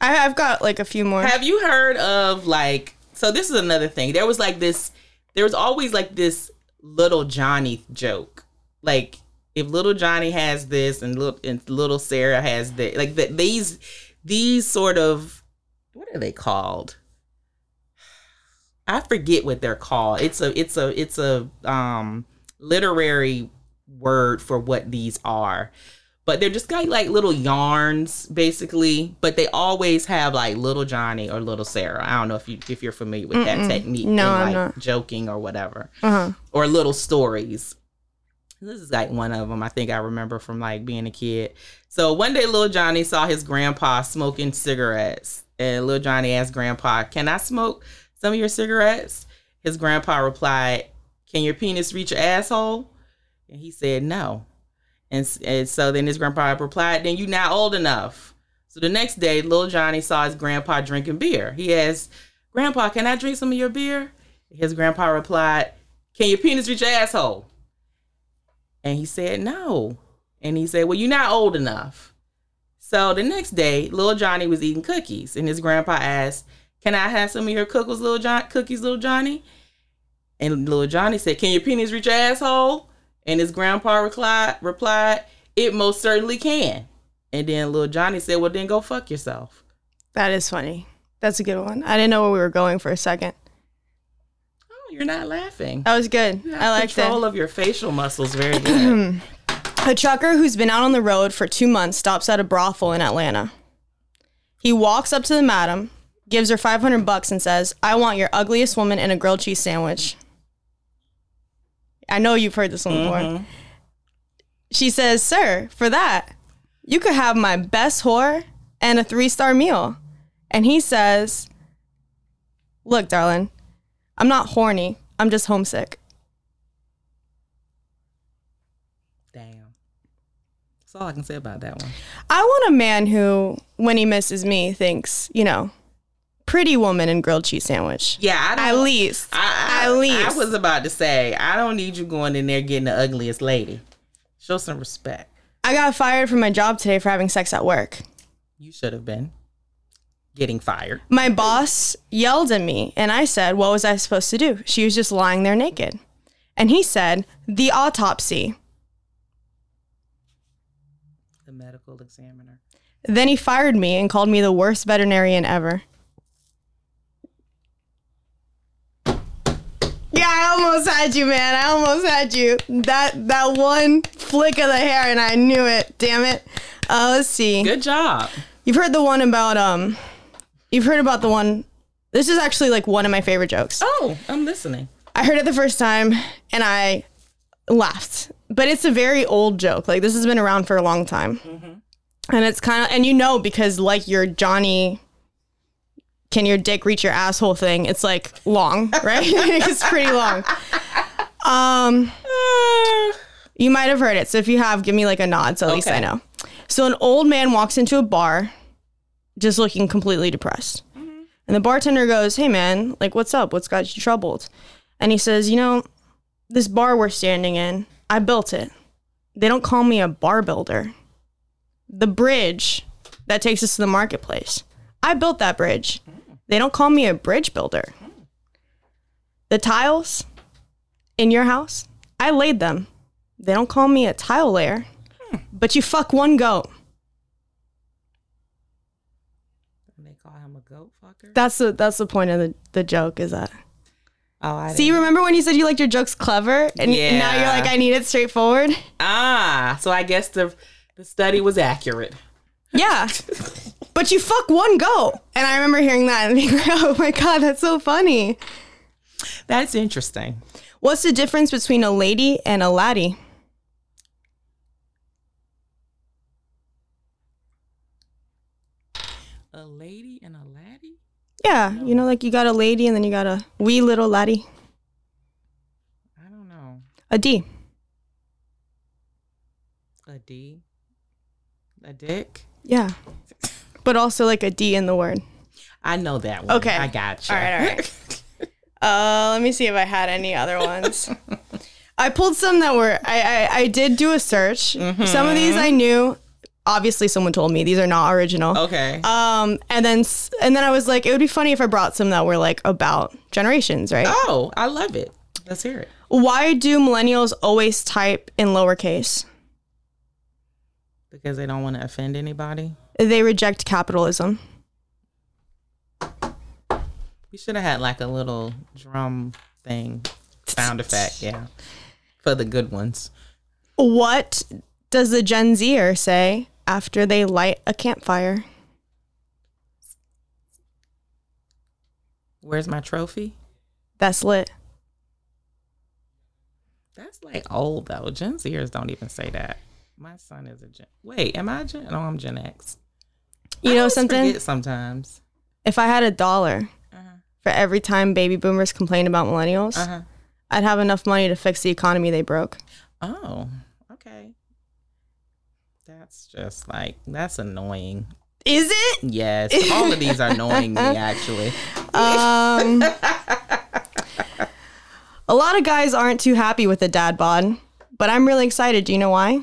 Speaker 2: I, I've got like a few more.
Speaker 3: Have you heard of like so this is another thing. There was like this there was always like this little Johnny joke. Like if little Johnny has this and little and little Sarah has that like that these these sort of what are they called? I forget what they're called. It's a it's a it's a um literary word for what these are but they're just got like little yarns basically but they always have like little johnny or little sarah i don't know if you if you're familiar with that technique
Speaker 2: No,
Speaker 3: in,
Speaker 2: I'm
Speaker 3: like
Speaker 2: not.
Speaker 3: joking or whatever
Speaker 2: Uh-huh.
Speaker 3: or little stories this is like one of them i think i remember from like being a kid so one day little johnny saw his grandpa smoking cigarettes and little johnny asked grandpa can i smoke some of your cigarettes his grandpa replied can your penis reach your asshole and he said no and, s- and so then his grandpa replied, Then you're not old enough. So the next day, little Johnny saw his grandpa drinking beer. He asked, Grandpa, can I drink some of your beer? His grandpa replied, Can your penis reach your asshole? And he said, No. And he said, Well, you're not old enough. So the next day, little Johnny was eating cookies, and his grandpa asked, Can I have some of your cookies, little John- cookies, little Johnny? And little Johnny said, Can your penis reach your asshole? And his grandpa replied, replied, It most certainly can. And then little Johnny said, Well, then go fuck yourself.
Speaker 2: That is funny. That's a good one. I didn't know where we were going for a second.
Speaker 3: Oh, you're not laughing.
Speaker 2: That was good. I liked it.
Speaker 3: Control of your facial muscles very good.
Speaker 2: A trucker who's been out on the road for two months stops at a brothel in Atlanta. He walks up to the madam, gives her 500 bucks, and says, I want your ugliest woman and a grilled cheese sandwich. I know you've heard this one before. She says, Sir, for that, you could have my best whore and a three star meal. And he says, Look, darling, I'm not horny. I'm just homesick.
Speaker 3: Damn. That's all I can say about that one.
Speaker 2: I want a man who, when he misses me, thinks, you know, pretty woman and grilled cheese sandwich.
Speaker 3: Yeah, I
Speaker 2: At least.
Speaker 3: I, I,
Speaker 2: At least.
Speaker 3: I was about to say, I don't need you going in there getting the ugliest lady. Show some respect.
Speaker 2: I got fired from my job today for having sex at work.
Speaker 3: You should have been getting fired.
Speaker 2: My boss yelled at me, and I said, What was I supposed to do? She was just lying there naked. And he said, The autopsy.
Speaker 3: The medical examiner.
Speaker 2: Then he fired me and called me the worst veterinarian ever. Yeah, I almost had you, man. I almost had you. That that one flick of the hair, and I knew it. Damn it. Uh, let's see.
Speaker 3: Good job.
Speaker 2: You've heard the one about um. You've heard about the one. This is actually like one of my favorite jokes.
Speaker 3: Oh, I'm listening.
Speaker 2: I heard it the first time and I laughed. But it's a very old joke. Like this has been around for a long time. And it's kind of and you know because like your Johnny can your dick reach your asshole thing, it's like long, right? it's pretty long. Um,
Speaker 3: Ah.
Speaker 2: You might have heard it. So if you have, give me like a nod so at least I
Speaker 3: Okay.
Speaker 2: know. So an old man walks into a bar just looking completely depressed. And the bartender goes, Hey man, like what's up? What's got you troubled? And he says, You know, this bar we're standing in, I built it. They don't call me a bar builder. The bridge that takes us to the marketplace, I built that bridge. They don't call me a bridge builder. The tiles in your house, I laid them. They don't call me a tile layer, but you fuck one goat.
Speaker 3: And they call him a goat fucker.
Speaker 2: That's the that's the point of the, the joke is that.
Speaker 3: Oh, I
Speaker 2: Do
Speaker 3: see.
Speaker 2: you remember when you said you liked your jokes clever, and
Speaker 3: Yeah.
Speaker 2: now you're like, I need it straightforward.
Speaker 3: Ah, so I guess the the study was accurate.
Speaker 2: Yeah, but you fuck one goat, and I remember hearing that and being like, oh my god, that's so funny.
Speaker 3: That's interesting.
Speaker 2: What's the difference between a lady and a laddie?
Speaker 3: A lady and a laddie?
Speaker 2: Yeah, you know, like you got a lady and then you got a wee little laddie,
Speaker 3: I don't know.
Speaker 2: a D.
Speaker 3: A D? A dick?
Speaker 2: Yeah, but also like a D in the word.
Speaker 3: I know that one.
Speaker 2: Okay.
Speaker 3: I got you.
Speaker 2: All right, all right. Uh, let me see if I had any other ones. I pulled some that were I I, I did do a search. Some of these I
Speaker 3: Mm-hmm.
Speaker 2: knew. Obviously, someone told me these are not original.
Speaker 3: Okay.
Speaker 2: Um, and then s- and then I was like, it would be funny if I brought some that were like about generations, right?
Speaker 3: oh, I love it. Let's hear it.
Speaker 2: Why do millennials always type in lowercase?
Speaker 3: Because they don't want to offend anybody.
Speaker 2: They reject capitalism.
Speaker 3: We should have had like a little drum thing, sound effect, yeah, for the good ones.
Speaker 2: What does the Gen Zer say after they light a campfire?
Speaker 3: Where's my trophy?
Speaker 2: That's lit.
Speaker 3: That's like old though. Gen Zers don't even say that. My son is a Gen. Wait, am I a Gen? No, I'm Gen X.
Speaker 2: You
Speaker 3: I
Speaker 2: know
Speaker 3: always
Speaker 2: something?
Speaker 3: forget sometimes.
Speaker 2: if I had a dollar
Speaker 3: Uh-huh.
Speaker 2: for every time baby boomers complain about millennials,
Speaker 3: Uh huh.
Speaker 2: I'd have enough money to fix the economy they broke.
Speaker 3: Oh, okay. That's just like that's annoying.
Speaker 2: Is it?
Speaker 3: Yes, all of these are annoying me actually.
Speaker 2: Um, a lot of guys aren't too happy with the dad bod, but I'm really excited. Do you know why?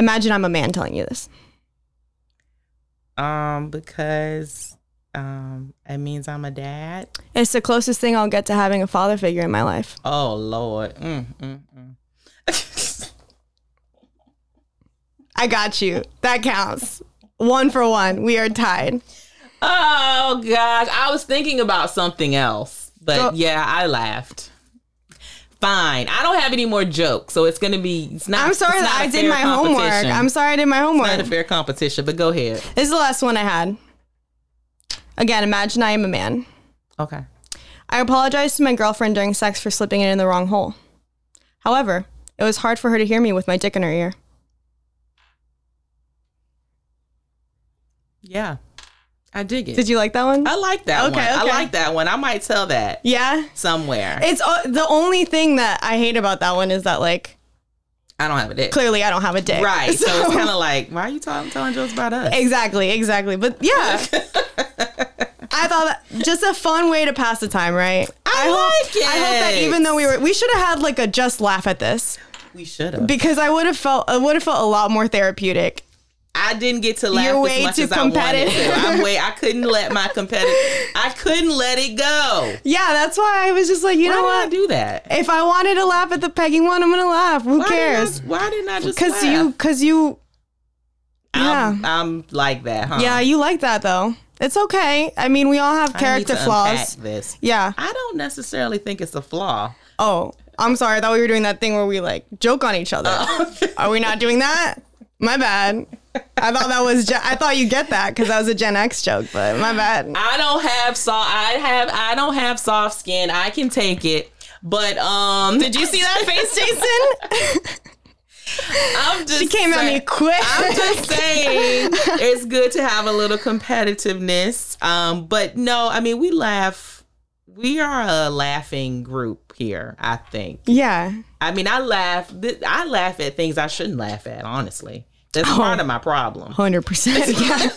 Speaker 2: Imagine I'm a man telling you this.
Speaker 3: Um, because um, it means I'm a dad.
Speaker 2: It's the closest thing I'll get to having a father figure in my life.
Speaker 3: Oh Lord. Mm, mm, mm.
Speaker 2: I got you. That counts. One for one. We are tied.
Speaker 3: oh gosh. I was thinking about something else. But
Speaker 2: Go-
Speaker 3: yeah, I laughed. Fine. I don't have any more jokes, so it's gonna be it's not
Speaker 2: I'm sorry
Speaker 3: it's
Speaker 2: that
Speaker 3: not a
Speaker 2: I did
Speaker 3: fair
Speaker 2: my homework.
Speaker 3: competition.
Speaker 2: I'm sorry I did my homework.
Speaker 3: not a fair competition, but go ahead.
Speaker 2: This is the last one I had. Again, imagine I am a man.
Speaker 3: Okay.
Speaker 2: I apologized to my girlfriend during sex for slipping it in the wrong hole. However, it was hard for her to hear me with my dick in her ear.
Speaker 3: Yeah. I dig it.
Speaker 2: Did you like that one?
Speaker 3: I like that
Speaker 2: Okay,
Speaker 3: one.
Speaker 2: okay.
Speaker 3: I like that one. I might tell that
Speaker 2: Yeah.
Speaker 3: somewhere.
Speaker 2: It's uh, the only thing that I hate about that one is that like
Speaker 3: I don't have a dick.
Speaker 2: Clearly, I don't have a dick.
Speaker 3: Right. So,
Speaker 2: So-
Speaker 3: it's kind of like, why are you talking, telling jokes about us?
Speaker 2: Exactly, exactly. But yeah. I thought that, just a fun way to pass the time, right?
Speaker 3: I
Speaker 2: hope,
Speaker 3: like
Speaker 2: I hope that
Speaker 3: it.
Speaker 2: even though we were, we should have had like a just laugh at this
Speaker 3: We should have.
Speaker 2: because I would have felt, I would have felt a lot more therapeutic.
Speaker 3: I didn't get to laugh
Speaker 2: You're way
Speaker 3: as much
Speaker 2: too
Speaker 3: as I wanted
Speaker 2: competitive.
Speaker 3: to. I'm way. I couldn't let my competitive. I couldn't let it go.
Speaker 2: Yeah, that's why I was just like, you
Speaker 3: Why
Speaker 2: know
Speaker 3: did I
Speaker 2: what?
Speaker 3: do that?
Speaker 2: if I wanted to laugh at the pegging one, I'm gonna laugh. Who
Speaker 3: Why
Speaker 2: cares?
Speaker 3: Didn't I, why didn't I just?
Speaker 2: Because
Speaker 3: Because
Speaker 2: you, because you,
Speaker 3: I'm, I'm like that, huh?
Speaker 2: yeah, you like that though. It's okay. I mean, we all have
Speaker 3: Uh-huh. I
Speaker 2: character
Speaker 3: need to
Speaker 2: flaws.
Speaker 3: unpack This.
Speaker 2: Yeah.
Speaker 3: I don't necessarily think it's a flaw.
Speaker 2: Oh, I'm sorry. I thought we were doing that thing where we like joke on each other.
Speaker 3: Oh.
Speaker 2: Are we not doing that? My bad. I thought that was. Gen- I thought you get that because that was a Gen X joke, but my bad.
Speaker 3: I don't have soft. I have. I don't have soft skin. I can take it. But um,
Speaker 2: Did you see that face, Jason?
Speaker 3: I'm just
Speaker 2: She came at
Speaker 3: saying-
Speaker 2: me quick.
Speaker 3: I'm just saying it's good to have a little competitiveness. Um, but no, I mean we laugh. We are a laughing group here. I think.
Speaker 2: yeah.
Speaker 3: I mean, I laugh. th- I laugh at things I shouldn't laugh at. Honestly, that's
Speaker 2: Oh.
Speaker 3: part of my problem.
Speaker 2: Hundred percent. Yeah.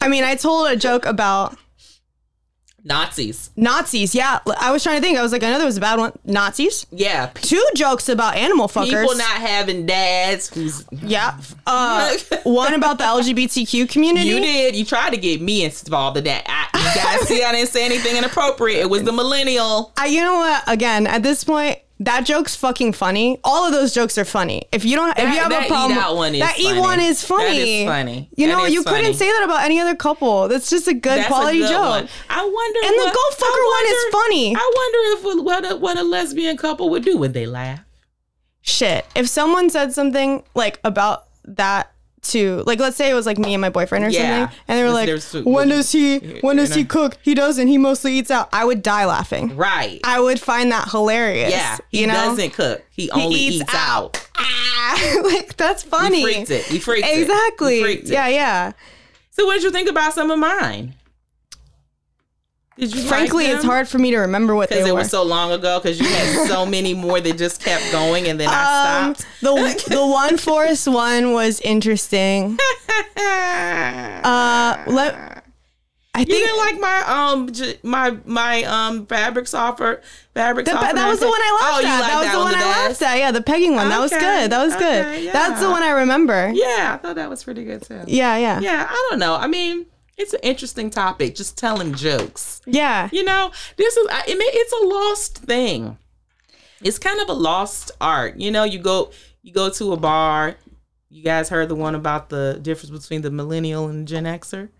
Speaker 2: I mean, I told a joke about
Speaker 3: Nazis.
Speaker 2: Nazis. Yeah, I was trying to think. I was like, I know there was a bad one. Nazis.
Speaker 3: Yeah, p-
Speaker 2: Two jokes about animal fuckers.
Speaker 3: people not having dads. Who's
Speaker 2: yeah. Uh, one about the LGBTQ community.
Speaker 3: you did. You tried to get me involved in that. I, you guys see, I didn't say anything inappropriate. It was the millennial.
Speaker 2: I, you know what? Again, at this point, that joke's fucking funny. All of those jokes are funny. If you don't, if you have
Speaker 3: that
Speaker 2: a problem,
Speaker 3: eat out one is
Speaker 2: that
Speaker 3: funny.
Speaker 2: e one is funny.
Speaker 3: That is funny.
Speaker 2: You
Speaker 3: That
Speaker 2: know,
Speaker 3: is
Speaker 2: you
Speaker 3: funny.
Speaker 2: couldn't say that about any other couple. That's just a good
Speaker 3: That's a
Speaker 2: quality
Speaker 3: good
Speaker 2: joke.
Speaker 3: one. I wonder.
Speaker 2: And the
Speaker 3: what-
Speaker 2: goat fucker
Speaker 3: I wonder-
Speaker 2: one is funny.
Speaker 3: I wonder if what a, what a lesbian couple would do. Would they laugh?
Speaker 2: Shit. If someone said something like about that to like let's say it was like me and my boyfriend or
Speaker 3: Yeah.
Speaker 2: something and they were
Speaker 3: There's-
Speaker 2: like
Speaker 3: there's food.
Speaker 2: when does he when does he
Speaker 3: know?
Speaker 2: cook he doesn't he mostly eats out i would die laughing
Speaker 3: Right.
Speaker 2: i would find that hilarious
Speaker 3: yeah. He
Speaker 2: you know
Speaker 3: doesn't cook. He only
Speaker 2: eats
Speaker 3: eats, out.
Speaker 2: ah, like that's funny
Speaker 3: We freaked it. We freaked it.
Speaker 2: Exactly.
Speaker 3: We freaked it.
Speaker 2: Yeah, yeah.
Speaker 3: So what did you think about some of mine? Did you
Speaker 2: Frankly,
Speaker 3: like
Speaker 2: it's
Speaker 3: them?
Speaker 2: hard for me to remember what they
Speaker 3: because it
Speaker 2: were.
Speaker 3: was so long ago. Because you had so many more that just kept going, and then I
Speaker 2: um,
Speaker 3: stopped.
Speaker 2: the the one forest one was interesting. Uh, let, I
Speaker 3: You
Speaker 2: think
Speaker 3: didn't like my um j- my my um fabric softener fabric
Speaker 2: the,
Speaker 3: softener.
Speaker 2: that was the one I laughed
Speaker 3: Oh, you
Speaker 2: at.
Speaker 3: liked
Speaker 2: that was the one
Speaker 3: the
Speaker 2: I
Speaker 3: best?
Speaker 2: laughed at. Yeah, the pegging one. That was
Speaker 3: Okay,
Speaker 2: good. That was good.
Speaker 3: okay,
Speaker 2: That's the
Speaker 3: yeah.
Speaker 2: one I remember.
Speaker 3: Yeah, I thought that was pretty good too.
Speaker 2: Yeah, yeah, yeah.
Speaker 3: Yeah, I don't know. I mean, it's an interesting topic. Just telling jokes.
Speaker 2: yeah.
Speaker 3: You know, this is. I I mean, it's a lost thing. It's kind of a lost art. You know, you go you go to a bar. You guys heard the one about the difference between the millennial and Gen Xer,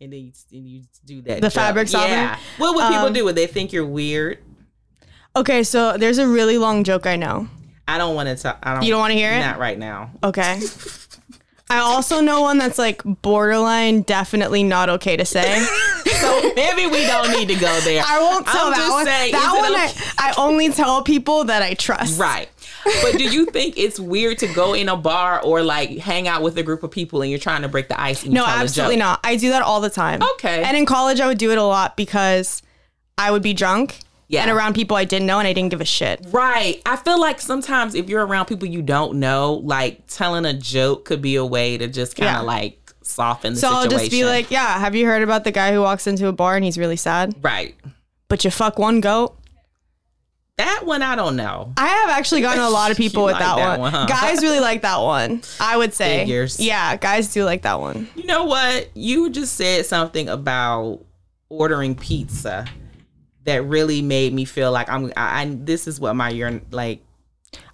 Speaker 3: and then you, and you do that.
Speaker 2: The fabric softener?
Speaker 3: Yeah. What would people
Speaker 2: Um,
Speaker 3: do? Would they think you're weird?
Speaker 2: Okay, so there's a really long joke I know.
Speaker 3: I don't want to talk. I don't.
Speaker 2: You don't want to hear it?
Speaker 3: Not right now.
Speaker 2: Okay. I also know one that's like borderline, definitely not okay to say.
Speaker 3: So maybe we don't need to go there.
Speaker 2: I won't tell
Speaker 3: I'm
Speaker 2: that
Speaker 3: just
Speaker 2: one.
Speaker 3: saying,
Speaker 2: that
Speaker 3: Oh, is it
Speaker 2: one
Speaker 3: okay?
Speaker 2: I, I only tell people that I trust.
Speaker 3: Right. But do you think it's weird to go in a bar or like hang out with a group of people and you're trying to break the ice? And
Speaker 2: No, absolutely not. I do that all the time.
Speaker 3: Okay.
Speaker 2: And in college, I would do it a lot because I would be drunk
Speaker 3: Yeah.
Speaker 2: and around people I didn't know and I didn't give a shit.
Speaker 3: Right. I feel like sometimes if you're around people you don't know, like telling a joke could be a way to just kind of
Speaker 2: Yeah.
Speaker 3: like soften the
Speaker 2: So I'll
Speaker 3: situation.
Speaker 2: just be like, yeah, have you heard about the guy who walks into a bar and he's really sad?
Speaker 3: right.
Speaker 2: But you fuck one goat?
Speaker 3: That one I don't know.
Speaker 2: I have actually gotten a lot of people
Speaker 3: You
Speaker 2: with
Speaker 3: like
Speaker 2: that,
Speaker 3: that
Speaker 2: one.
Speaker 3: one, huh?
Speaker 2: Guys really like that one. I would say.
Speaker 3: Figures.
Speaker 2: Yeah, guys do like that one.
Speaker 3: You know what? You just said something about ordering pizza that really made me feel like I'm. I, I this is what my year like.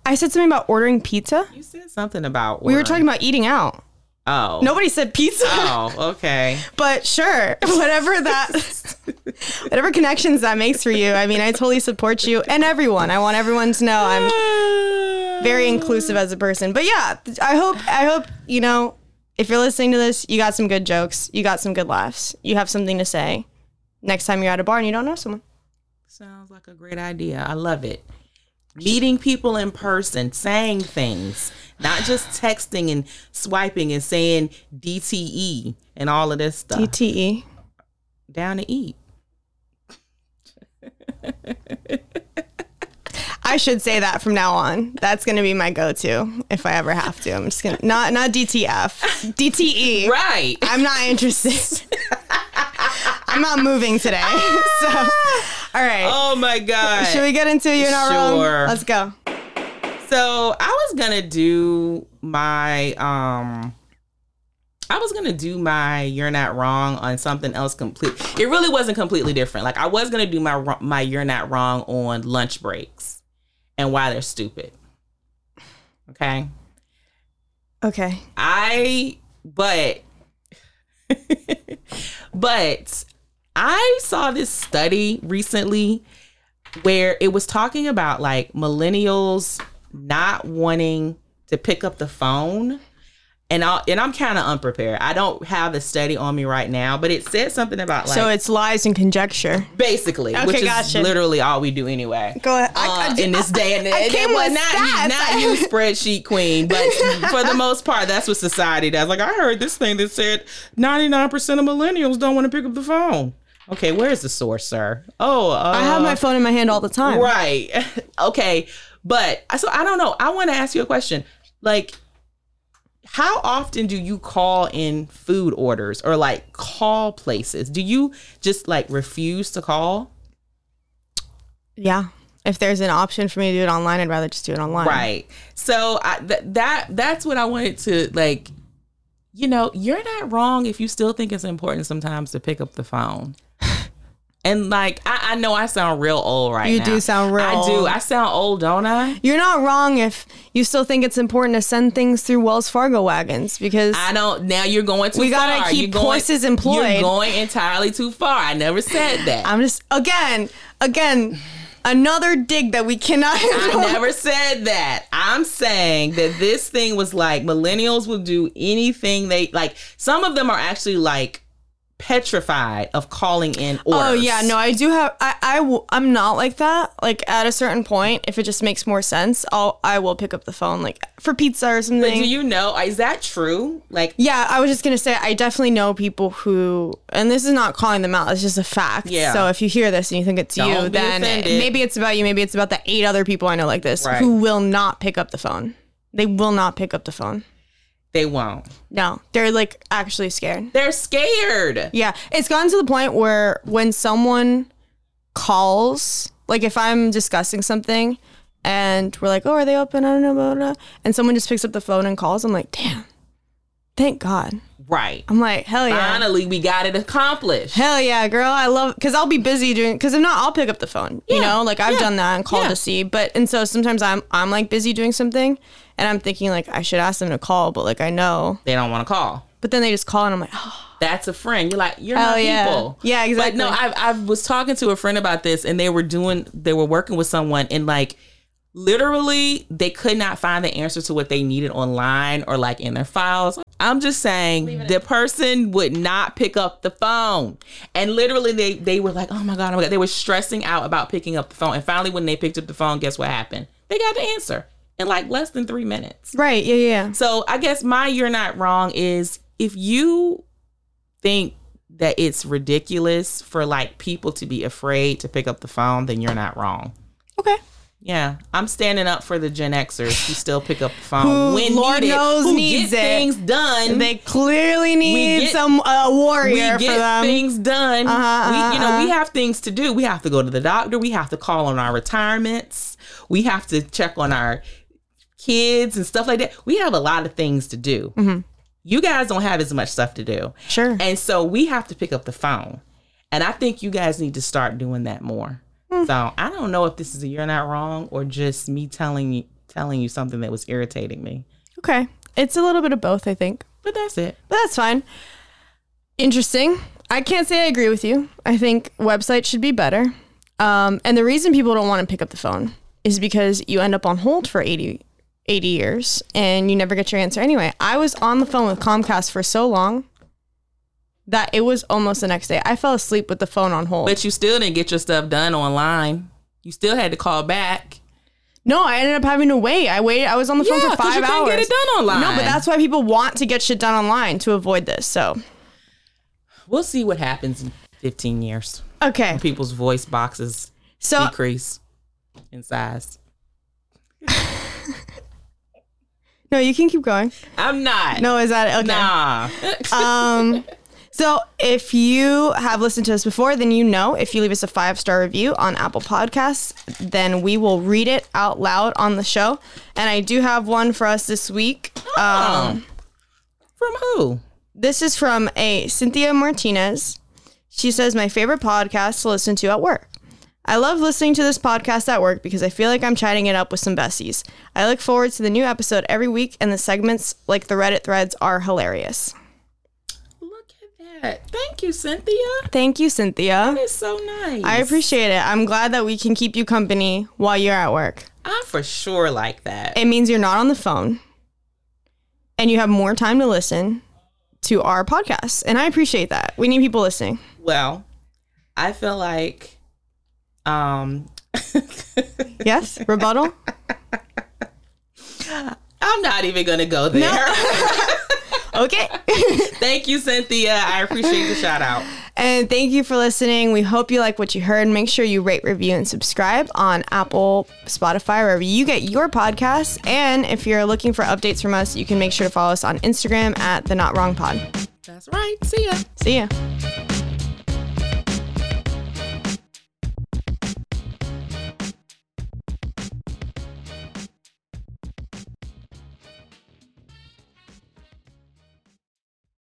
Speaker 2: I said something about ordering pizza.
Speaker 3: You said something about
Speaker 2: We were talking about eating out.
Speaker 3: Oh
Speaker 2: Nobody said pizza,
Speaker 3: Oh, okay.
Speaker 2: but sure, whatever that, whatever connections that makes for you. I mean, I totally support you and everyone. I want everyone to know I'm very inclusive as a person. But yeah, I hope I hope you know if you're listening to this, you got some good jokes, you got some good laughs, you have something to say next time you're at a bar and you don't know someone.
Speaker 3: Sounds like a great idea. I love it. Meeting people in person, saying things, not just texting and swiping and saying DTE and all of this stuff.
Speaker 2: E. DTE.
Speaker 3: Down to eat.
Speaker 2: I should say that from now on. That's going to be my go-to if I ever have to. I'm just going to not not DTF, DTE.
Speaker 3: Right.
Speaker 2: E. I'm not interested. I'm not moving today. So, all right.
Speaker 3: Oh my god.
Speaker 2: Should we get into you're not
Speaker 3: Sure.
Speaker 2: wrong? Let's go.
Speaker 3: So I was gonna do my um I was gonna do my you're not wrong on something else complete. It really wasn't completely different. Like I was gonna do my wr- my you're not wrong on lunch breaks and why they're stupid. Okay.
Speaker 2: Okay.
Speaker 3: I but but I saw this study recently where it was talking about like millennials not wanting to pick up the phone. And I and I'm kind of unprepared. I don't have the study on me right now, but it said something about like
Speaker 2: so it's lies and conjecture.
Speaker 3: basically,
Speaker 2: Okay,
Speaker 3: which is
Speaker 2: gotcha.
Speaker 3: literally all we do anyway
Speaker 2: Go ahead.
Speaker 3: uh, in this day and age.
Speaker 2: came
Speaker 3: well,
Speaker 2: with
Speaker 3: not,
Speaker 2: stats.
Speaker 3: not you spreadsheet queen, but for the most part, that's what society does. Like I heard this thing that said 99% of millennials don't want to pick up the phone. Okay, where's the source, sir? Oh, uh,
Speaker 2: I have my phone in my hand all the time.
Speaker 3: right. okay, but I- so I don't know. I want to ask you a question. Like, how often do you call in food orders or like call places? Do you just like refuse to call?
Speaker 2: Yeah. If there's an option for me to do it online, I'd rather just do it online.
Speaker 3: Right. So I, th- that that's what I wanted to like. You know, you're not wrong if you still think it's important sometimes to pick up the phone. And like, I, I know I sound real old right
Speaker 2: You
Speaker 3: now.
Speaker 2: do sound real
Speaker 3: I do.
Speaker 2: old.
Speaker 3: I sound old, don't I?
Speaker 2: You're not wrong if you still think it's important to send things through Wells Fargo wagons because
Speaker 3: I don't. Now you're going too
Speaker 2: We
Speaker 3: far.
Speaker 2: gotta keep
Speaker 3: You're going-
Speaker 2: horses employed.
Speaker 3: You're going entirely too far. I never said that.
Speaker 2: I'm just again, again, another dig that we cannot.
Speaker 3: I never said that. I'm saying that this thing was like millennials will do anything they like. Some of them are actually like petrified of calling in orders.
Speaker 2: Oh yeah, no, I do have. I I w- I'm not like that. Like at a certain point, if it just makes more sense, I'll I will pick up the phone like for pizza or something.
Speaker 3: Do you know? uh, Is that true? Like,
Speaker 2: Yeah, I was just gonna say I definitely know people who, and this is not calling them out. It's just a fact.
Speaker 3: Yeah.
Speaker 2: So if you hear this and you think it's
Speaker 3: Don't
Speaker 2: you,
Speaker 3: be
Speaker 2: then
Speaker 3: offended.
Speaker 2: maybe it's about you. Maybe it's about the eight other people I know like this
Speaker 3: Right.
Speaker 2: who will not pick up the phone. They will not pick up the phone.
Speaker 3: they won't.
Speaker 2: No, they're like actually scared.
Speaker 3: They're scared.
Speaker 2: Yeah, it's gotten to the point where when someone calls, like if I'm discussing something and we're like, oh, are they open? I don't know, blah, blah, blah. And someone just picks up the phone and calls, I'm like, damn, thank God.
Speaker 3: Right.
Speaker 2: I'm like, hell yeah.
Speaker 3: Finally, we got it accomplished.
Speaker 2: Hell yeah, girl. I love because I'll be busy doing because if not, I'll pick up the phone. You know, like I've done that and called
Speaker 3: Yeah.
Speaker 2: to see. But and so sometimes I'm I'm like busy doing something and I'm thinking like I should ask them to call, but like I know.
Speaker 3: They don't want to call.
Speaker 2: But then they just call and I'm like, oh,
Speaker 3: that's a friend. You're like, you're
Speaker 2: Hell
Speaker 3: my
Speaker 2: yeah.
Speaker 3: people.
Speaker 2: Yeah, exactly.
Speaker 3: But no, I, I was talking to a friend about this and they were doing, they were working with someone and like literally they could not find the answer to what they needed online or like in their files. I'm just saying the person would not pick up the phone. And literally they, they were like, oh my God, oh my God. They were stressing out about picking up the phone. And finally, when they picked up the phone, guess what happened? They got the answer in like less than three minutes.
Speaker 2: right, yeah, yeah.
Speaker 3: So I guess my you're not wrong is if you think that it's ridiculous for like people to be afraid to pick up the phone, then you're not wrong.
Speaker 2: Okay.
Speaker 3: Yeah, I'm standing up for the Gen Xers who still pick up the phone
Speaker 2: Who
Speaker 3: when
Speaker 2: Lord
Speaker 3: needed,
Speaker 2: knows
Speaker 3: who
Speaker 2: needs
Speaker 3: get
Speaker 2: it.
Speaker 3: things done.
Speaker 2: They clearly need
Speaker 3: get-
Speaker 2: some a
Speaker 3: we
Speaker 2: warrior
Speaker 3: get
Speaker 2: for them.
Speaker 3: things done.
Speaker 2: Uh-huh,
Speaker 3: we, you know,
Speaker 2: uh-huh,
Speaker 3: we have things to do. We have to go to the doctor. We have to call on our retirements. We have to check on our kids and stuff like that. We have a lot of things to do. You guys don't have as much stuff to do.
Speaker 2: Mm-hmm. Sure.
Speaker 3: And so we have to pick up the phone. And I think you guys need to start doing that more.
Speaker 2: Hmm.
Speaker 3: So I don't know if this is a you're not wrong or just me telling you telling you something that was irritating me.
Speaker 2: okay. It's a little bit of both, I think.
Speaker 3: But that's it.
Speaker 2: But that's fine. Interesting. I can't say I agree with you. I think websites should be better. Um, and the reason people don't want to pick up the phone is because you end up on hold for 80, 80 years and you never get your answer anyway. I was on the phone with Comcast for so long that it was almost the next day. I fell asleep with the phone on hold.
Speaker 3: But you still didn't get your stuff done online. You still had to call back.
Speaker 2: no, I ended up having to wait. I waited. I was on the phone
Speaker 3: Yeah,
Speaker 2: for
Speaker 3: 'cause
Speaker 2: five
Speaker 3: you couldn't
Speaker 2: hours.
Speaker 3: get it done online.
Speaker 2: No, but that's why people want to get shit done online to avoid this. So,
Speaker 3: We'll see what happens in 15 years.
Speaker 2: okay.
Speaker 3: People's voice boxes
Speaker 2: So,
Speaker 3: decrease in size.
Speaker 2: No, you can keep going.
Speaker 3: I'm not.
Speaker 2: No, is that okay?
Speaker 3: Nah.
Speaker 2: Um, so if you have listened to us before, then you know if you leave us a five star review on Apple Podcasts, then we will read it out loud on the show. And I do have one for us this week.
Speaker 3: Uh-uh.
Speaker 2: Um,
Speaker 3: From who?
Speaker 2: this is from a Cynthia Martinez. She says, "My favorite podcast to listen to at work." I love listening to this podcast at work because I feel like I'm chatting it up with some besties. I look forward to the new episode every week, and the segments like the Reddit threads are hilarious.
Speaker 3: Look at that. Thank you, Cynthia.
Speaker 2: Thank you, Cynthia.
Speaker 3: That is so nice.
Speaker 2: I appreciate it. I'm glad that we can keep you company while you're at work.
Speaker 3: I for sure like that.
Speaker 2: It means you're not on the phone and you have more time to listen to our podcast. And I appreciate that. We need people listening.
Speaker 3: Well, I feel like um
Speaker 2: Yes? Rebuttal?
Speaker 3: I'm not even gonna go there.
Speaker 2: Okay.
Speaker 3: Thank you, Cynthia. I appreciate the shout out.
Speaker 2: and thank you for listening. We hope you like what you heard. Make sure you rate, review, and subscribe on Apple, Spotify, wherever you get your podcasts. And if you're looking for updates from us, you can make sure to follow us on Instagram at the Not Wrong Pod.
Speaker 3: That's right. See ya.
Speaker 2: See ya.